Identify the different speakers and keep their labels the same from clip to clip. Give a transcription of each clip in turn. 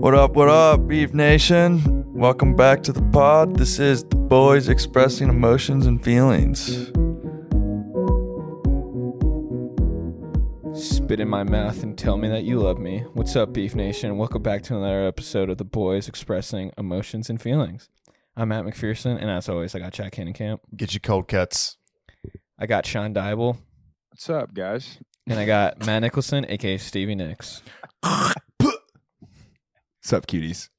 Speaker 1: What up, what up, Beef Nation? Welcome back to the pod. This is the boys expressing emotions and feelings.
Speaker 2: Spit in my mouth and tell me that you love me. What's up, Beef Nation? Welcome back to another episode of The Boys Expressing Emotions and Feelings. I'm Matt McPherson, and as always, I got Chad Camp.
Speaker 3: Get your cold cuts.
Speaker 2: I got Sean Dybel,
Speaker 4: What's up, guys?
Speaker 2: and I got Matt Nicholson, aka Stevie Nicks.
Speaker 4: What's up, cuties?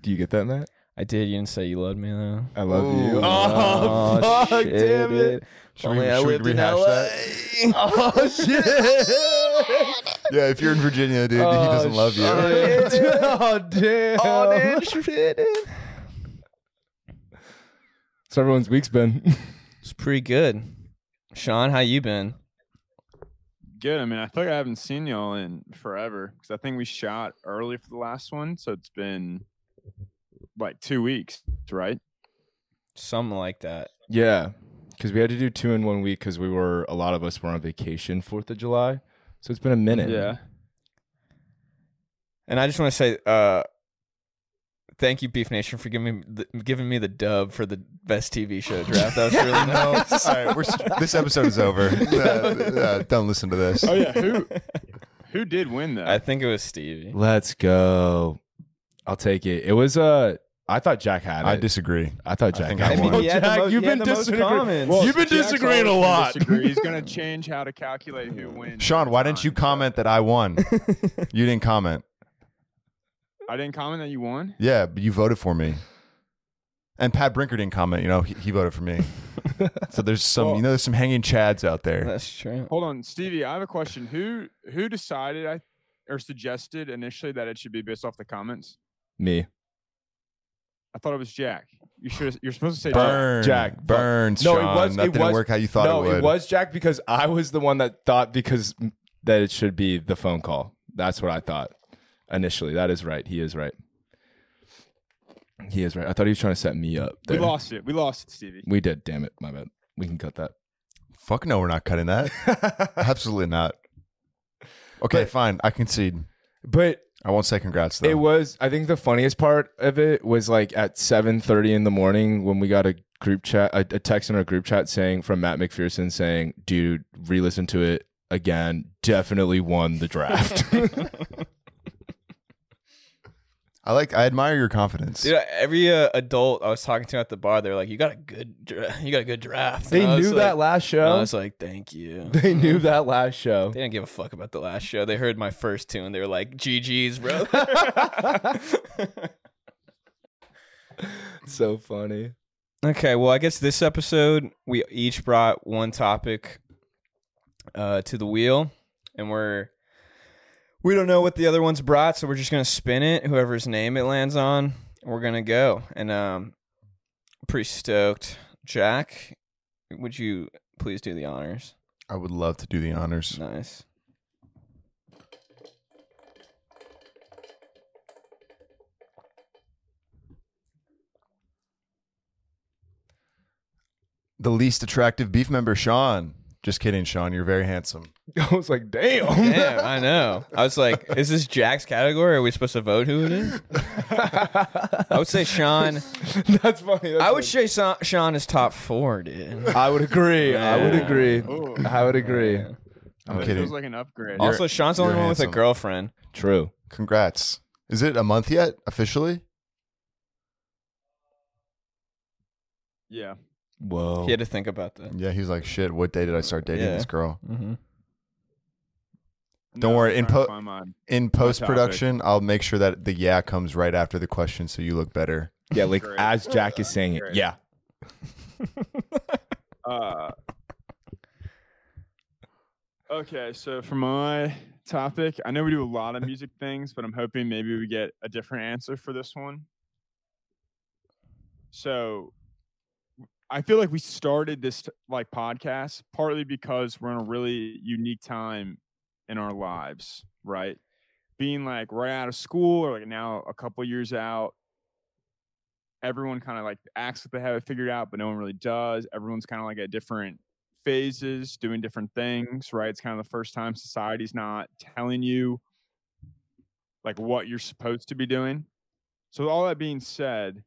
Speaker 4: Do you get that, Matt?
Speaker 2: I did. You didn't say you loved me though.
Speaker 4: I love
Speaker 3: Ooh.
Speaker 4: you.
Speaker 3: Oh, fuck, damn it.
Speaker 2: dude.
Speaker 3: Should
Speaker 1: Only
Speaker 3: we,
Speaker 1: I
Speaker 3: should we
Speaker 1: lived in
Speaker 3: rehash that?
Speaker 1: Oh shit!
Speaker 3: Yeah, if you're in Virginia, dude, he doesn't love you.
Speaker 2: shit.
Speaker 4: oh, damn. So everyone's week's been.
Speaker 2: It's pretty good. Sean, how you been?
Speaker 5: Good. I mean, I feel like I haven't seen y'all in forever because I think we shot early for the last one, so it's been like two weeks, right?
Speaker 2: Something like that.
Speaker 4: yeah, because we had to do two in one week because we were a lot of us were on vacation Fourth of July, so it's been a minute.
Speaker 2: And I just want to say, uh, thank you, Beef Nation, for giving me the, giving me the dub for the best TV show draft. That was really nice.
Speaker 3: All right, we're, s- this episode is over. Uh, uh, don't listen to this.
Speaker 5: Oh yeah. Who who did win though?
Speaker 2: I think it was Stevie.
Speaker 4: Let's go. I'll take it. It was uh, I thought Jack had it.
Speaker 3: I disagree.
Speaker 4: I thought
Speaker 3: I
Speaker 4: Jack
Speaker 3: think
Speaker 4: had
Speaker 3: I
Speaker 4: it.
Speaker 3: won.
Speaker 2: he had the
Speaker 4: Jack,
Speaker 2: mo-
Speaker 4: you've
Speaker 2: he had
Speaker 4: been
Speaker 2: the most
Speaker 4: disagreeing-
Speaker 2: comments.
Speaker 4: Well, You've been
Speaker 5: Jack's
Speaker 4: disagreeing a
Speaker 5: always gonna
Speaker 3: lot.
Speaker 5: disagree. He's gonna change how to calculate who wins.
Speaker 3: Sean, why didn't you comment that I won? You didn't comment.
Speaker 5: I didn't comment that you won.
Speaker 3: Yeah, but you voted for me. And Pat Brinker didn't comment. You know, he, he voted for me. So there's some, you know, there's some hanging chads out there.
Speaker 2: That's true.
Speaker 5: Hold on, Stevie. I have a question. Who who decided I or suggested initially that it should be based off the comments?
Speaker 4: Me.
Speaker 5: I thought it was Jack. You should. You're supposed to say Jack.
Speaker 3: Burn,
Speaker 4: Jack, fuck.
Speaker 3: burn,
Speaker 4: No, it
Speaker 3: Sean.
Speaker 4: was-
Speaker 3: that
Speaker 4: it
Speaker 3: didn't
Speaker 4: was-
Speaker 3: work how you thought
Speaker 4: no,
Speaker 3: it would.
Speaker 4: was Jack because I was the one that thought because that it should be the phone call. That's what I thought initially. That is right. He is right. He is right. I thought he was trying to set me up.
Speaker 5: We
Speaker 4: there.
Speaker 5: lost it. We lost it, Stevie.
Speaker 4: We did. Damn it. My bad. We can cut that.
Speaker 3: Fuck no, we're not cutting that. Absolutely not. Okay, fine. I concede.
Speaker 4: But
Speaker 3: I won't say congrats though.
Speaker 4: it was. I think the funniest part of it was like at seven thirty in the morning when we got a group chat, a, a text in our group chat saying from Matt McPherson saying, "Dude, re-listen to it again. Definitely won the draft."
Speaker 3: I like. I admire your confidence.
Speaker 2: Dude, every uh, adult I was talking to at the bar, they're like, "You got a good, dra- you got a good draft."
Speaker 4: They
Speaker 2: And I was
Speaker 4: knew that
Speaker 2: like-
Speaker 4: last
Speaker 2: and I
Speaker 4: show.
Speaker 2: was like, Mm. "Thank you."
Speaker 4: They knew that last show.
Speaker 2: They didn't give a fuck about the last show. They heard my first tune. They were like, "GG's, bro."
Speaker 4: so funny.
Speaker 2: Okay, well, I guess this episode we each brought one topic uh, to the wheel, and we're we don't know what the other one's brought, so we're just gonna spin it. Whoever's name it lands on, we're gonna go. And um, pretty stoked. Jack, would you please do the honors?
Speaker 3: I would love to do the honors.
Speaker 2: Nice.
Speaker 3: The least attractive beef member, Sean. Just kidding, Sean. You're very handsome.
Speaker 4: I was like, damn.
Speaker 2: Damn, I know. I was like, is this Jack's category? Are we supposed to vote who it is? I would say Sean.
Speaker 4: That's funny. That's
Speaker 2: I would
Speaker 4: funny.
Speaker 2: say Sa- Sean is top four, dude.
Speaker 4: I would agree. I would
Speaker 2: Yeah.
Speaker 4: agree.
Speaker 5: Ooh.
Speaker 4: I would agree.
Speaker 3: I'm
Speaker 5: It
Speaker 3: kidding.
Speaker 5: feels like an upgrade.
Speaker 3: You're-
Speaker 2: also, Sean's the only
Speaker 3: you're
Speaker 2: one with a
Speaker 3: handsome.
Speaker 2: girlfriend.
Speaker 4: True.
Speaker 3: Congrats. Is it a month yet officially?
Speaker 5: yeah.
Speaker 4: Whoa.
Speaker 2: He had to think about that.
Speaker 3: Yeah. He's like, shit. What day did I start dating
Speaker 2: Yeah.
Speaker 3: this girl?
Speaker 2: Mm-hmm.
Speaker 3: Don't
Speaker 5: No,
Speaker 3: worry,
Speaker 5: I'm
Speaker 3: in
Speaker 5: trying
Speaker 3: po-
Speaker 5: to find mine.
Speaker 3: In post production, I'll make sure that the yeah comes right after the question, so you look better.
Speaker 4: Yeah, like
Speaker 5: Great.
Speaker 4: as Jack is saying it.
Speaker 5: Great.
Speaker 4: Yeah.
Speaker 5: Uh, okay, so for my topic, I know we do a lot of music things, but I'm hoping maybe we get a different answer for this one. So I feel like we started this t- like podcast partly because we're in a really unique time in our lives, right? Being like right out of school or like now a couple years out, everyone kind of like acts like they have it figured out, but no one really does. Everyone's kind of like at different phases, doing different things, right? It's kind of the first time society's not telling you like what you're supposed to be doing. So all that being said,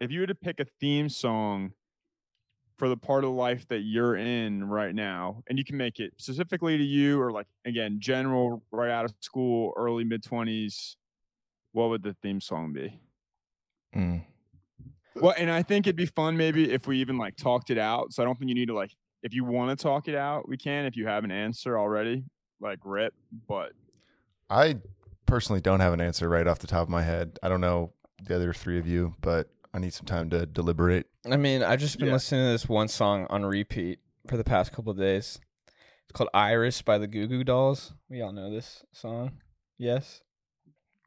Speaker 5: if you were to pick a theme song for the part of life that you're in right now, and you can make it specifically to you or like again, general right out of school, early mid twenties, what would the theme song be?
Speaker 4: Mm.
Speaker 5: Well, and I think it'd be fun maybe if we even like talked it out. So I don't think you need to like if you want to talk it out, we can. If you have an answer already, like rip. But
Speaker 3: I personally don't have an answer right off the top of my head. I don't know the other three of you, but I need some time to deliberate.
Speaker 2: I mean, I've just been
Speaker 5: Yeah.
Speaker 2: listening to this one song on repeat for the past couple of days. It's called Iris by the Goo Goo Dolls. We all know this song. Yes.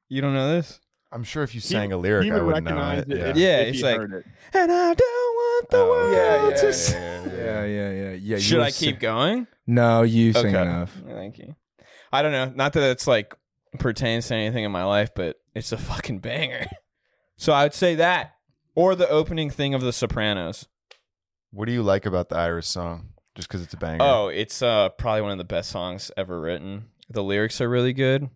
Speaker 2: You don't know this?
Speaker 3: I'm sure if you
Speaker 5: He-
Speaker 3: sang a lyric,
Speaker 5: he
Speaker 3: I
Speaker 5: would
Speaker 3: would know
Speaker 5: recognize
Speaker 3: it.
Speaker 5: it. if,
Speaker 2: Yeah,
Speaker 5: if
Speaker 2: it's
Speaker 5: he
Speaker 2: like-
Speaker 5: heard it.
Speaker 2: And I don't want the
Speaker 3: Oh,
Speaker 2: world
Speaker 3: okay. Yeah, yeah,
Speaker 2: to
Speaker 3: yeah,
Speaker 2: s-
Speaker 3: yeah, yeah, yeah.
Speaker 4: Yeah, yeah, yeah, yeah.
Speaker 2: Should
Speaker 4: you
Speaker 2: I
Speaker 4: sing-
Speaker 2: keep going?
Speaker 4: No, you sing
Speaker 2: Okay.
Speaker 4: enough.
Speaker 2: Thank you. I don't know. Not that it's like pertains to anything in my life, but it's a fucking banger. So I would say that. Or the opening thing of The Sopranos.
Speaker 3: What do you like about the Iris song? Just because it's a banger.
Speaker 2: Oh, it's uh probably one of the best songs ever written. The lyrics are really good.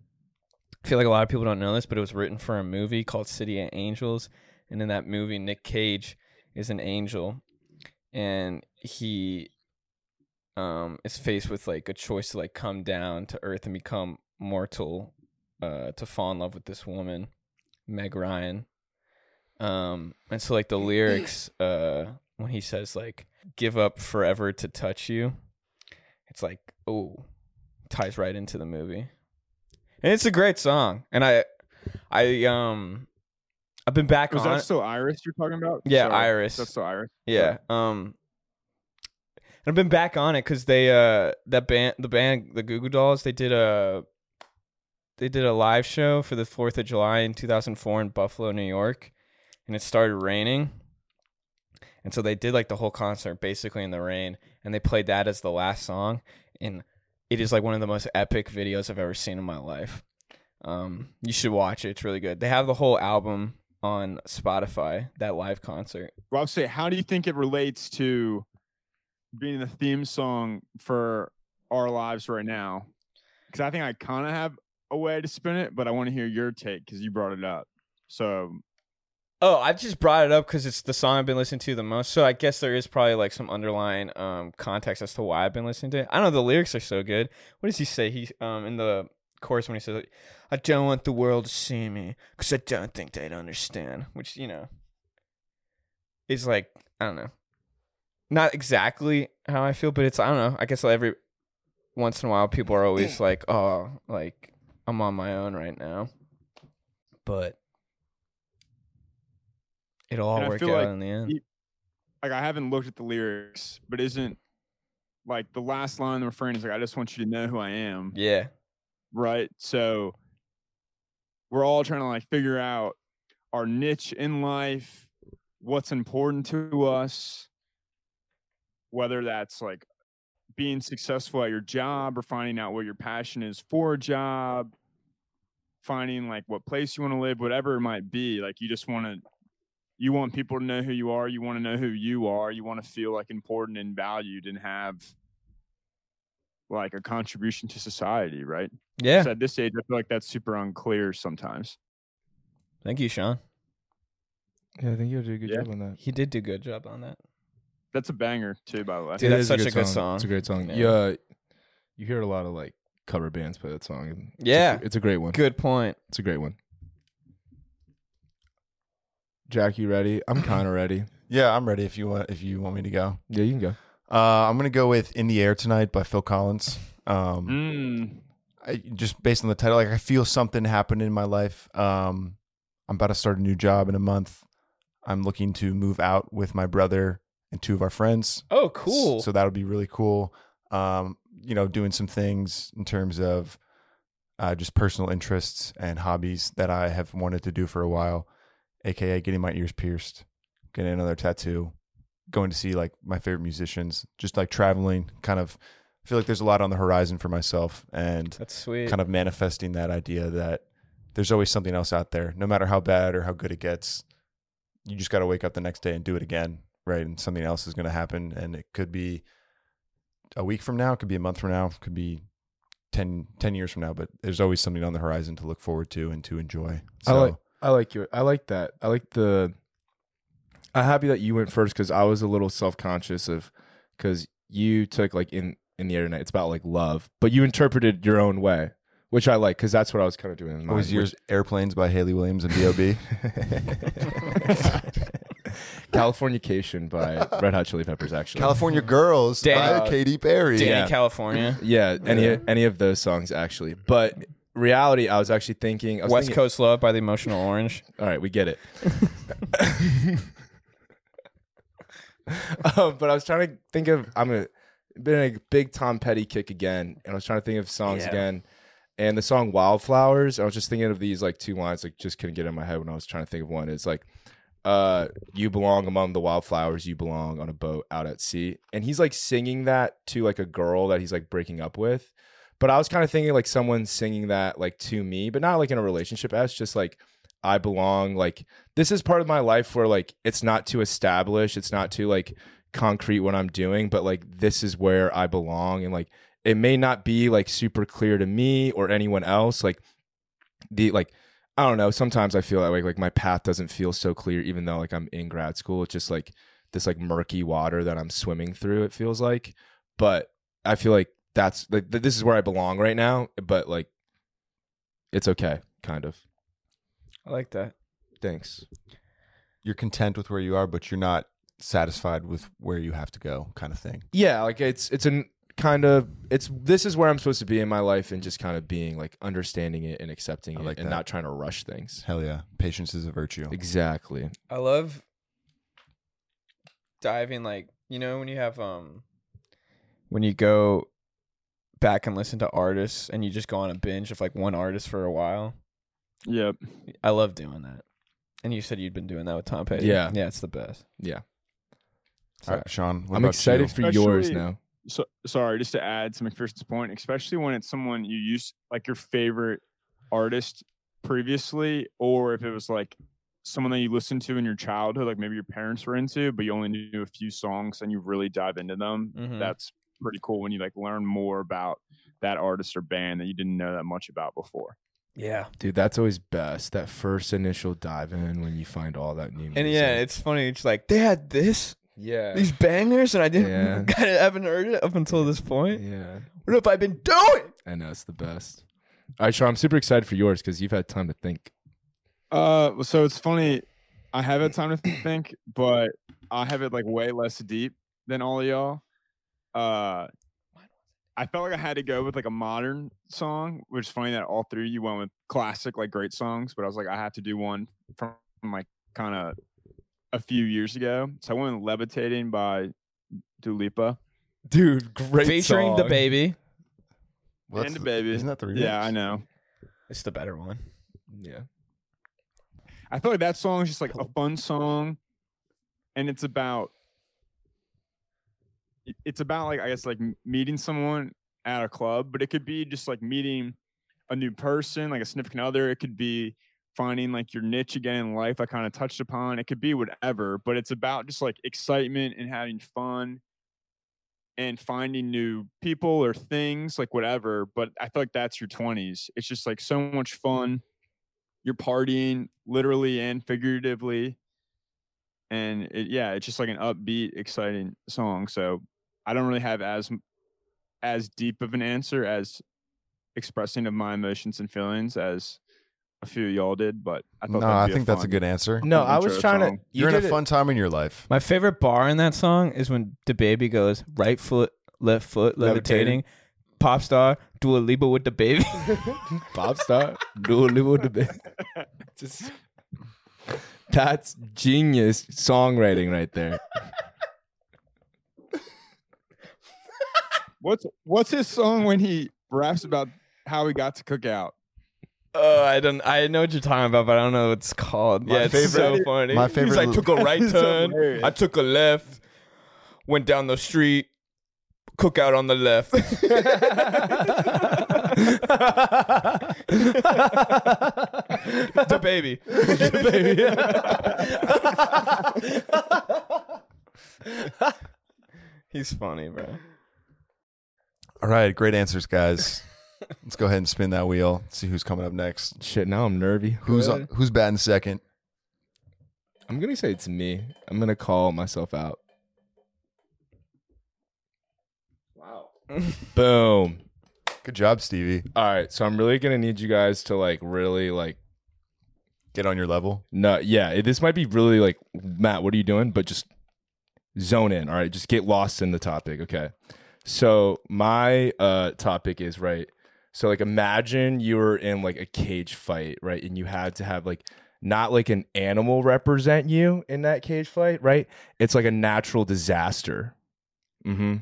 Speaker 2: I feel like a lot of people don't know this, but it was written for a movie called City of Angels, and in that movie, Nick Cage is an angel, and he um is faced with like a choice to like come down to earth and become mortal, uh, to fall in love with this woman, Meg Ryan. Um, and so like the lyrics, uh, when he says like give up forever to touch you. It's like, oh, ties right into the movie. And it's a great song. And I I um I've been back
Speaker 5: Was
Speaker 2: on
Speaker 5: that still Iris you're talking about?
Speaker 2: Yeah,
Speaker 5: Sorry,
Speaker 2: Iris.
Speaker 5: That's still Iris.
Speaker 2: yeah. Um and I've been back on it cuz they uh that band the band the Goo Goo Dolls they did a they did a live show for the 4th of July in 2004 in Buffalo, New York, and it started raining. And so they did like the whole concert basically in the rain and they played that as the last song and it is like one of the most epic videos I've ever seen in my life. Um you should watch it. It's really good. They have the whole album on Spotify, that live concert.
Speaker 5: Well, I'll say, how do you think it relates to being the theme song for our lives right now? Because I think I kind of have a way to spin it, but I want to hear your take because you brought it up. So
Speaker 2: Oh, I just brought it up because it's the song I've been listening to the most. So I guess there is probably like some underlying um context as to why I've been listening to it. I don't know the lyrics are so good. What does he say? He um in the chorus when he says, like, "I don't want the world to see me because I don't think they'd understand," which you know is like I don't know, not exactly how I feel, but it's I don't know. I guess like every once in a while, people are always like, "Oh, like I'm on my own right now," but it'll all
Speaker 5: And I
Speaker 2: work out
Speaker 5: feel like
Speaker 2: in the end.
Speaker 5: you- like I haven't looked at the lyrics, but isn't like the last line of the refrain is like, I just want you to know who I am.
Speaker 2: yeah,
Speaker 5: Right. So we're all trying to like figure out our niche in life, what's important to us, whether that's like being successful at your job or finding out what your passion is for a job, finding like what place you want to live, whatever it might be. Like you just want to you want people to know who you are, you want to know who you are, you want to feel like important and valued and have like a contribution to society, right?
Speaker 2: yeah.
Speaker 5: So at this age, I feel like that's super unclear sometimes.
Speaker 2: Thank you, Sean.
Speaker 4: Yeah, I think you did a good
Speaker 5: Yeah.
Speaker 4: job on that.
Speaker 2: He did do a good job on that.
Speaker 5: That's a banger too, by the way.
Speaker 2: Dude,
Speaker 4: It
Speaker 2: that's
Speaker 4: is
Speaker 2: such a good song.
Speaker 4: It's a great song.
Speaker 2: Yeah.
Speaker 4: Yeah. you hear a lot of like cover bands play that song. and it's a-
Speaker 2: Yeah.
Speaker 4: it's a great one.
Speaker 2: Good point.
Speaker 4: It's a great one. Jack, you ready? I'm kind of ready.
Speaker 3: Yeah, I'm ready. If you want, if you want me to go,
Speaker 4: Yeah, you can go.
Speaker 3: uh, I'm gonna go with "In the Air Tonight" by Phil Collins. Um,
Speaker 5: Mm,
Speaker 3: I, just based on the title, like I feel something happened in my life. Um, I'm about to start a new job in a month. I'm looking to move out with my brother and two of our friends.
Speaker 2: Oh, cool.
Speaker 3: So that would be really cool. Um, you know, doing some things in terms of uh, just personal interests and hobbies that I have wanted to do for a while, aka getting my ears pierced, getting another tattoo, going to see like my favorite musicians, just like traveling. Kind of I feel like there's a lot on the horizon for myself, and
Speaker 2: that's sweet.
Speaker 3: kind of manifesting that idea that there's always something else out there, no matter how bad or how good it gets. You just got to wake up the next day and do it again, right? And something else is going to happen, and it could be a week from now, it could be a month from now, it could be
Speaker 6: 10, 10 years from now, but there's always something on the horizon to look forward to and to enjoy.
Speaker 4: I
Speaker 6: So,
Speaker 4: like- I like your. I like that. I like the. I'm happy that you went first because I was a little self conscious of, because you took like in in the internet. It's about like love, but you interpreted your own way, which I like because that's what I was kind of doing. In
Speaker 6: what was
Speaker 4: mine, which-
Speaker 6: yours? Airplanes by Haley Williams and B.O.B.
Speaker 4: Californication by Red Hot Chili Peppers. Actually,
Speaker 6: California Girls
Speaker 2: Damn.
Speaker 6: by Katy Perry.
Speaker 2: Danny
Speaker 4: Yeah.
Speaker 2: California,
Speaker 4: yeah, any any of those songs actually, but reality, I was actually thinking I was
Speaker 2: West
Speaker 4: thinking-
Speaker 2: Coast Love by the Emotional Orange.
Speaker 4: All right, we get it. um, but I was trying to think of I'm gonna been a big Tom Petty kick again, and I was trying to think of songs
Speaker 2: Yeah.
Speaker 4: again, and the song Wildflowers. I was just thinking of these like two lines, like just couldn't get in my head when I was trying to think of one. It's like, uh, "You belong among the wildflowers, you belong on a boat out at sea," and he's like singing that to like a girl that he's like breaking up with. But I was kind of thinking like someone singing that like to me, but not like in a relationship as just like I belong. Like this is part of my life where like it's not too established, it's not too like concrete what I'm doing, but like this is where I belong and like it may not be like super clear to me or anyone else. Like the like I don't know, sometimes I feel that way like my path doesn't feel so clear even though like I'm in grad school. It's just like this like murky water that I'm swimming through it feels like. But I feel like that's like th- this is where I belong right now, but like it's okay kind of.
Speaker 2: I like that.
Speaker 4: Thanks.
Speaker 6: You're content with where you are, but you're not satisfied with where you have to go, kind of thing.
Speaker 4: yeah like it's it's an kind of it's this is where i'm supposed to be in my life and just kind of being like understanding it and accepting
Speaker 6: I
Speaker 4: it
Speaker 6: like
Speaker 4: and
Speaker 6: that.
Speaker 4: not trying to rush things
Speaker 6: Hell yeah. Patience is a virtue.
Speaker 4: exactly
Speaker 2: I love diving like you know when you have um when you go back and listen to artists and you just go on a binge of like one artist for a while.
Speaker 5: Yep.
Speaker 2: I love doing that. And you said you'd been doing that with Tom Petty.
Speaker 4: Yeah.
Speaker 2: Yeah, it's the best.
Speaker 6: All right, Sean, what
Speaker 4: i'm
Speaker 6: about you?
Speaker 4: excited for yours
Speaker 5: Especially-
Speaker 4: now
Speaker 5: So sorry, just to add to McPherson's point, especially when it's someone you used like your favorite artist previously, or if it was like someone that you listened to in your childhood, like maybe your parents were into, but you only knew a few songs and you really dive into them.
Speaker 2: Mhm.
Speaker 5: That's pretty cool when you like learn more about that artist or band that you didn't know that much about before.
Speaker 2: Yeah.
Speaker 4: dude that's always best that first initial dive in when you find all that new music.
Speaker 2: And yeah, it's funny. It's like they had this,
Speaker 4: yeah
Speaker 2: these bangers, and I didn't
Speaker 4: Yeah.
Speaker 2: kind of haven't heard it up until this point.
Speaker 4: yeah
Speaker 2: What have I been doing?
Speaker 4: i know it's the best all right sean i'm super excited for yours because you've had time to think
Speaker 5: Uh, well, so it's funny. I have had time to think, but I have it like way less deep than all of y'all. Uh, I felt like I had to go with like a modern song, which is funny that all three of you went with classic, like great songs. But I was like, I have to do one from like kind of a few years ago. So I went with "Levitating" by Dulipa.
Speaker 4: dude great
Speaker 2: Featuring the
Speaker 4: song.
Speaker 2: baby.
Speaker 6: Well, that's
Speaker 5: And a
Speaker 6: the-
Speaker 5: baby.
Speaker 6: Isn't that the remix?
Speaker 5: Yeah, I know.
Speaker 2: It's the better one.
Speaker 4: yeah
Speaker 5: I feel like that song is just like a fun song, and it's about it- it's about like I guess like m- meeting someone at a club, but it could be just like meeting a new person, like a significant other. It could be finding like your niche again in life. I kind of touched upon. It could be whatever, but it's about just like excitement and having fun and finding new people or things, like whatever. But I feel like that's your twenties. It's just like so much fun you're partying literally and figuratively and it, yeah it's just like an upbeat exciting song so i don't really have as m- as deep of an answer as expressing of my emotions and feelings as a few of y'all did but i thought
Speaker 6: No,
Speaker 5: that'd
Speaker 6: I
Speaker 5: be
Speaker 6: think that's a
Speaker 5: fun-
Speaker 6: good answer.
Speaker 4: no i
Speaker 5: intro
Speaker 4: was trying to
Speaker 5: song.
Speaker 4: you
Speaker 6: You're in
Speaker 4: did
Speaker 6: a
Speaker 4: it-
Speaker 6: fun time in your life.
Speaker 2: My favorite bar in that song is when the baby goes right foot, left foot, levitating. Pop star, Dua Lipa with the baby.
Speaker 4: Bob Star, Dua Lipa with the Baby. Just- that's genius songwriting right there.
Speaker 5: what's what's his song when he raps about how he got to cook out
Speaker 2: Oh, I don't. I know what you're talking about, but I don't know what it's called.
Speaker 6: My
Speaker 2: yeah, it's
Speaker 6: favorite-
Speaker 2: so funny.
Speaker 6: my
Speaker 2: He's
Speaker 6: favorite
Speaker 2: like,
Speaker 6: li-
Speaker 2: took a right
Speaker 5: It's
Speaker 2: turn.
Speaker 5: hilarious.
Speaker 2: I took a left. Went down the street. Cookout on the left. the baby. He's funny, bro.
Speaker 6: All right, great answers, guys. Let's go ahead and spin that wheel. See who's coming up next.
Speaker 4: Shit, now I'm nervy.
Speaker 6: Who's
Speaker 2: Good.
Speaker 6: who's batting second?
Speaker 4: I'm gonna say it's me. I'm gonna call myself out. Wow. Boom.
Speaker 6: Good job, Stevie.
Speaker 4: All right, so I'm really gonna need you guys to like really like
Speaker 6: Get on your level.
Speaker 4: no yeah it- this might be really like Matt what are you doing but just zone in all right just get lost in the topic okay so my uh topic is right so like imagine you were in like a cage fight right and you had to have like not like an animal represent you in that cage fight right it's like a natural disaster mm-hmm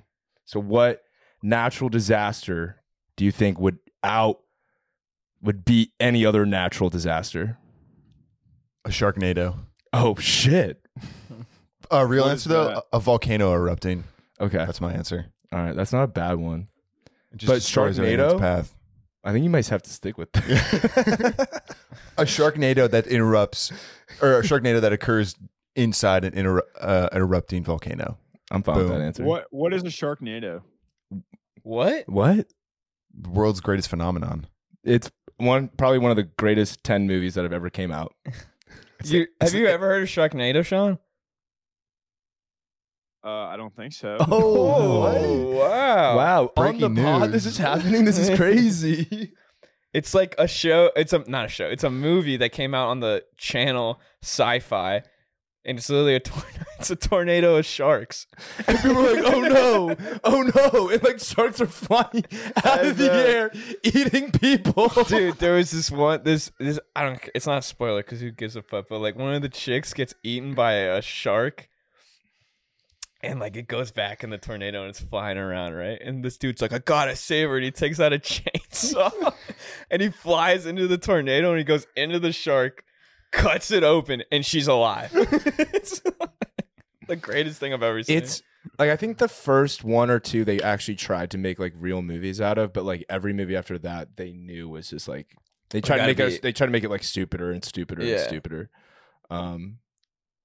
Speaker 4: so what natural disaster do you think would out would beat any other natural disaster
Speaker 6: A Sharknado.
Speaker 4: Oh shit.
Speaker 6: A real
Speaker 5: What
Speaker 6: answer
Speaker 5: is
Speaker 6: though,
Speaker 5: that?
Speaker 6: a, a volcano erupting.
Speaker 4: Okay.
Speaker 6: That's my answer.
Speaker 4: All right. That's not a bad one.
Speaker 6: It
Speaker 4: But
Speaker 6: destroys everything in its
Speaker 4: Sharknado?
Speaker 6: path.
Speaker 4: I think you might have to stick with that.
Speaker 6: a Sharknado that interrupts, or a Sharknado that occurs inside an inter- uh, erupting volcano.
Speaker 4: I'm fine with
Speaker 6: Boom.
Speaker 4: that answer.
Speaker 5: What what is a Sharknado?
Speaker 2: what?
Speaker 4: What?
Speaker 6: The world's greatest phenomenon.
Speaker 4: It's one probably one of the greatest 10 movies that have ever came out.
Speaker 2: You, have you ever heard of Sharknado, Sean?
Speaker 5: Uh, I don't think so.
Speaker 6: Oh,
Speaker 2: wow.
Speaker 4: wow.
Speaker 6: breaking
Speaker 4: on the pod
Speaker 6: news.
Speaker 4: this is happening. This is crazy.
Speaker 2: It's like a show. It's a not a show. It's a movie that came out on the channel Sci-Fi, and it's literally a tornado. It's a tornado of sharks.
Speaker 4: and people were like, "Oh no. Oh no." And like sharks are flying out
Speaker 2: I
Speaker 4: of the
Speaker 2: know.
Speaker 4: air eating people.
Speaker 2: dude there was this one this this i don't it's not a spoiler because who gives a fuck but like one of the chicks gets eaten by a shark and like it goes back in the tornado and it's flying around right and this dude's like i gotta save her and he takes out a chainsaw and he flies into the tornado and he goes into the shark cuts it open and she's alive it's the greatest thing i've ever seen
Speaker 4: It's like I think the first one or two they actually tried to make like real movies out of, but like every movie after that they knew was just like they tried to
Speaker 2: gotta
Speaker 4: make us
Speaker 2: be-
Speaker 4: they tried to make it like stupider and stupider and
Speaker 2: Yeah.
Speaker 4: stupider. Um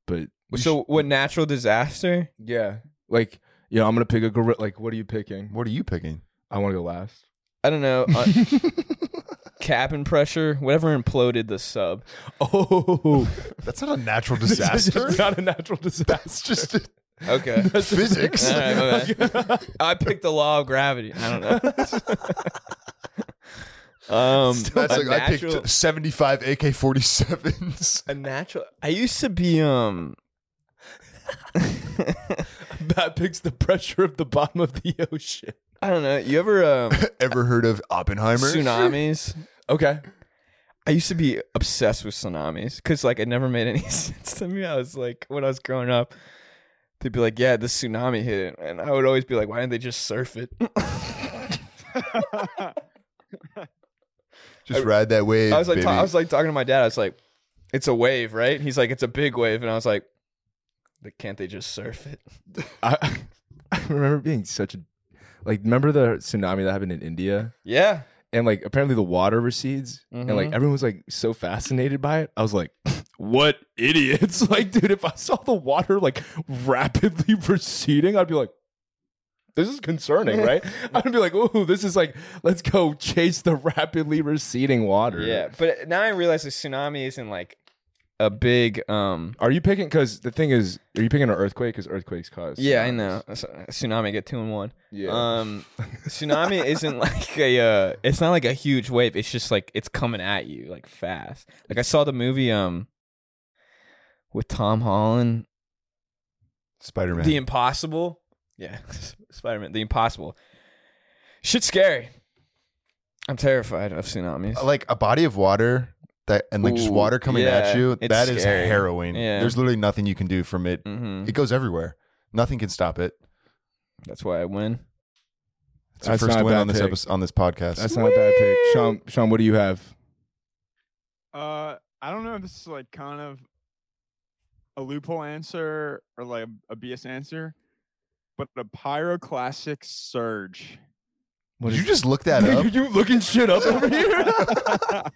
Speaker 4: but
Speaker 2: so what natural disaster
Speaker 4: yeah, like yeah, I'm gonna pick a gorilla. Like, what are you picking?
Speaker 6: What are you picking?
Speaker 4: I want to go last.
Speaker 2: i don't know uh, cabin pressure whatever imploded the sub
Speaker 4: oh,
Speaker 6: That's not a natural
Speaker 4: this is
Speaker 6: disaster.
Speaker 4: just not a natural
Speaker 6: That's
Speaker 4: disaster.
Speaker 6: just
Speaker 2: Okay.
Speaker 6: physics.
Speaker 2: All right, my bad. I picked the law of gravity. I don't know. um,
Speaker 6: That's
Speaker 2: a
Speaker 6: like I
Speaker 2: natural-
Speaker 6: picked 75 AK-47s.
Speaker 2: a natural. I used to be um.
Speaker 4: That picks the pressure of the bottom of the ocean.
Speaker 2: I don't know. You ever um
Speaker 6: Ever heard of Oppenheimer?
Speaker 2: tsunamis?
Speaker 4: Okay,
Speaker 2: I used to be obsessed with tsunamis because like it never made any sense to me. I was like when I was growing up, they'd be like, "Yeah, this tsunami hit," and I would always be like, "Why didn't they just surf it?"
Speaker 6: Just ride that wave,
Speaker 2: I was like,
Speaker 6: baby.
Speaker 2: ta- I was like talking to my dad. I was like, "It's a wave, right?" And he's like, "It's a big wave," and I was like, "But "Can't they just surf it?"
Speaker 4: I I remember being such a like. Remember the tsunami that happened in India?
Speaker 2: Yeah.
Speaker 4: and like apparently the water recedes and like
Speaker 2: Mhm.
Speaker 4: everyone was like so fascinated by it i was like what idiots like dude if i saw the water like rapidly receding i'd be like this is concerning right i'd be like oh this is like let's go chase the rapidly receding water
Speaker 2: Yeah, but uh, now I realize the tsunami isn't like a big um
Speaker 4: are you picking because the thing is are you picking an earthquake because earthquakes cause
Speaker 2: yeah, I
Speaker 4: tsunamis.
Speaker 2: know. A tsu- a Tsunami get two and one.
Speaker 4: yeah
Speaker 2: Um tsunami isn't like a uh it's not like a huge wave. It's just like it's coming at you like fast. Like I saw the movie um with Tom Holland,
Speaker 6: Spider-Man.
Speaker 2: The Impossible. Yeah, Spider-Man, The Impossible. Shit's scary. I'm terrified of tsunamis.
Speaker 3: Oh.
Speaker 6: like a body of water that and like just
Speaker 2: Ooh,
Speaker 6: water coming
Speaker 2: yeah,
Speaker 6: at you
Speaker 2: it's
Speaker 6: that is
Speaker 2: scary.
Speaker 6: harrowing
Speaker 2: Yeah.
Speaker 6: there's literally nothing you can do from it
Speaker 2: hmm
Speaker 6: it goes everywhere nothing can stop it
Speaker 2: That's why I win.
Speaker 6: it's the
Speaker 4: That's
Speaker 6: first
Speaker 4: not a
Speaker 6: win
Speaker 4: bad
Speaker 6: on this
Speaker 4: pick.
Speaker 6: episode on this podcast
Speaker 4: that's not a bad pick sean sean what do you have
Speaker 5: Uh, I don't know if this is like kind of a loophole answer or like a, BS answer, but the pyroclastic surge.
Speaker 4: what
Speaker 6: Did
Speaker 4: is
Speaker 6: you just look that up
Speaker 4: you looking shit up over here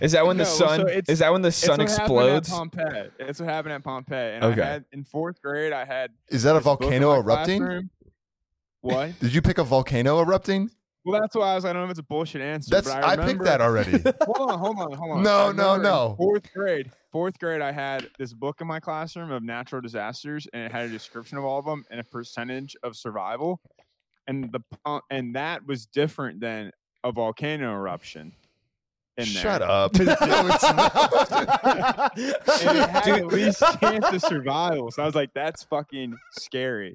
Speaker 2: Is that when the
Speaker 5: No, so
Speaker 2: sun
Speaker 5: it's-
Speaker 2: is that when the
Speaker 5: It's
Speaker 2: sun
Speaker 5: what happened
Speaker 2: explodes?
Speaker 5: At Pompeii. It's what happened at Pompeii. And
Speaker 4: Okay.
Speaker 5: I had in fourth grade, I had
Speaker 6: is that a
Speaker 5: this book in
Speaker 6: volcano
Speaker 5: my
Speaker 6: erupting
Speaker 5: classroom. What?
Speaker 6: did you pick a volcano erupting
Speaker 5: Well, that's why I was. I don't know if it's a bullshit answer.
Speaker 3: That's
Speaker 5: but
Speaker 3: I,
Speaker 5: I,
Speaker 3: picked
Speaker 5: remember-
Speaker 3: that already.
Speaker 5: hold on, hold on, hold on.
Speaker 3: No,
Speaker 5: I
Speaker 3: no,
Speaker 5: remember in
Speaker 3: no.
Speaker 5: Fourth grade, fourth grade, I had this book in my classroom of natural disasters, and it had a description of all of them and a percentage of survival, and the po- and that was different than a volcano eruption. In there.
Speaker 3: Shut up. No, it's not.
Speaker 5: And it had the least chance of survival, so I was like, "That's fucking scary."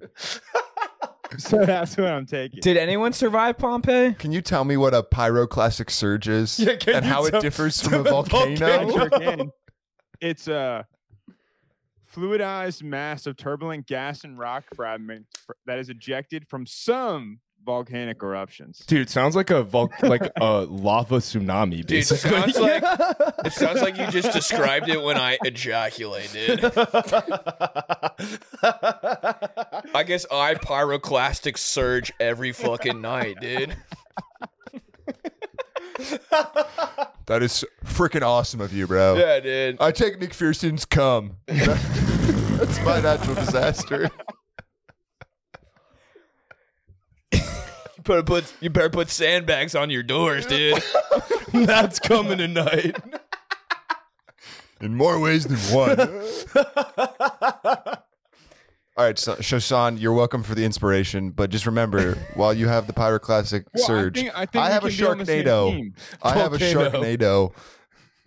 Speaker 5: so that's what I'm taking.
Speaker 2: Did anyone survive Pompeii?
Speaker 3: Can you tell me what a pyroclastic surge is
Speaker 4: Yeah, can
Speaker 3: and
Speaker 4: you
Speaker 3: how it
Speaker 4: tell-
Speaker 3: differs
Speaker 4: to
Speaker 3: from a
Speaker 4: the
Speaker 3: volcano?
Speaker 4: volcano?
Speaker 5: Sure can. Oh. It's a fluidized mass of turbulent gas and rock fragment fr- that is ejected from some volcanic eruptions.
Speaker 4: Dude, sounds like a vol- like a lava tsunami.
Speaker 7: Dude,
Speaker 4: Basically.
Speaker 7: sounds like it sounds like you just described it when I ejaculated. I guess I pyroclastic surge every fucking night, dude.
Speaker 3: That is freaking awesome of you, bro.
Speaker 7: Yeah, dude.
Speaker 3: I take McPherson's cum. That's my natural disaster.
Speaker 7: You better put you better put sandbags on your doors, dude.
Speaker 4: That's coming tonight.
Speaker 3: In more ways than one. All right, so, Shoshan, you're welcome for the inspiration, but just remember, while you have the pyroclastic
Speaker 5: Well,
Speaker 3: surge,
Speaker 5: I, think, I, think
Speaker 3: I
Speaker 5: we
Speaker 3: have a
Speaker 5: can be on the same
Speaker 3: Sharknado.
Speaker 5: team.
Speaker 3: I have a
Speaker 4: Volcano.
Speaker 3: Sharknado.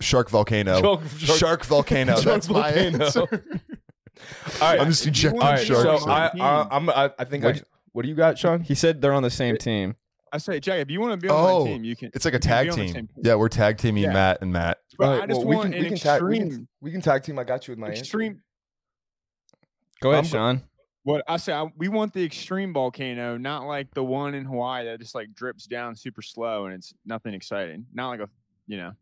Speaker 3: Shark volcano. Shark,
Speaker 4: Shark- shark-
Speaker 3: volcano.
Speaker 4: shark
Speaker 3: That's my
Speaker 4: volcano.
Speaker 3: answer.
Speaker 4: All right.
Speaker 3: I'm just ejecting
Speaker 4: All right,
Speaker 3: sharks.
Speaker 4: so I, I, I'm, I, I think. I-
Speaker 2: What-
Speaker 4: what do you got, Sean?
Speaker 2: He said they're on the same team.
Speaker 5: I say, Jack, if you want to be on
Speaker 3: Oh,
Speaker 5: my team, you can.
Speaker 3: it's like a
Speaker 5: you can be
Speaker 3: tag
Speaker 5: on the
Speaker 3: team.
Speaker 5: same team.
Speaker 3: Yeah, we're tag teaming
Speaker 5: Yeah.
Speaker 3: Matt and Matt.
Speaker 5: But
Speaker 4: All right,
Speaker 5: I just
Speaker 4: well, we
Speaker 5: want
Speaker 4: can-
Speaker 5: an
Speaker 4: we can tag- we
Speaker 5: extreme,
Speaker 4: can- We can tag team. I got you with my answer.
Speaker 5: extreme.
Speaker 2: Go ahead,
Speaker 5: I'm go-
Speaker 2: Sean.
Speaker 5: What I say, I, we want the extreme volcano, not like the one in Hawaii that just like drips down super slow and it's nothing exciting. Not like a, you know,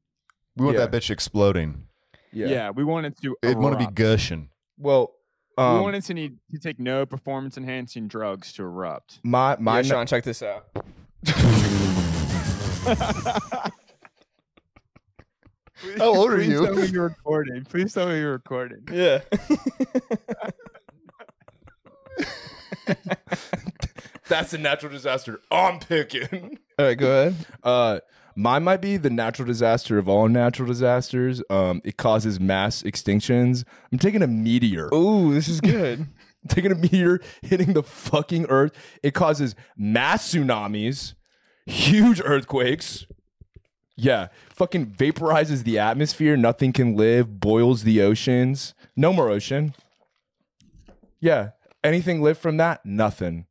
Speaker 3: We want
Speaker 4: Yeah.
Speaker 3: that bitch exploding.
Speaker 5: yeah. we want it to.
Speaker 3: It want to be
Speaker 5: erupt.
Speaker 3: gushing.
Speaker 4: Well,
Speaker 5: we
Speaker 4: um,
Speaker 5: wanted to need to take no performance enhancing drugs to erupt.
Speaker 4: my
Speaker 2: Yeah,
Speaker 4: my
Speaker 2: Sean, check this out.
Speaker 3: How old are you?
Speaker 5: Please tell me you're recording. Please tell me you're recording.
Speaker 2: Yeah.
Speaker 4: that's a natural disaster. I'm picking.
Speaker 2: All right, go ahead.
Speaker 4: Uh, mine might be the natural disaster of all natural disasters. Um, it causes mass extinctions. I'm taking a meteor.
Speaker 2: Ooh, this is good.
Speaker 4: I'm taking a meteor hitting the fucking earth. It causes mass tsunamis, huge earthquakes. Yeah, fucking vaporizes the atmosphere. Nothing can live. Boils the oceans. No more ocean. Yeah, anything live from that? Nothing.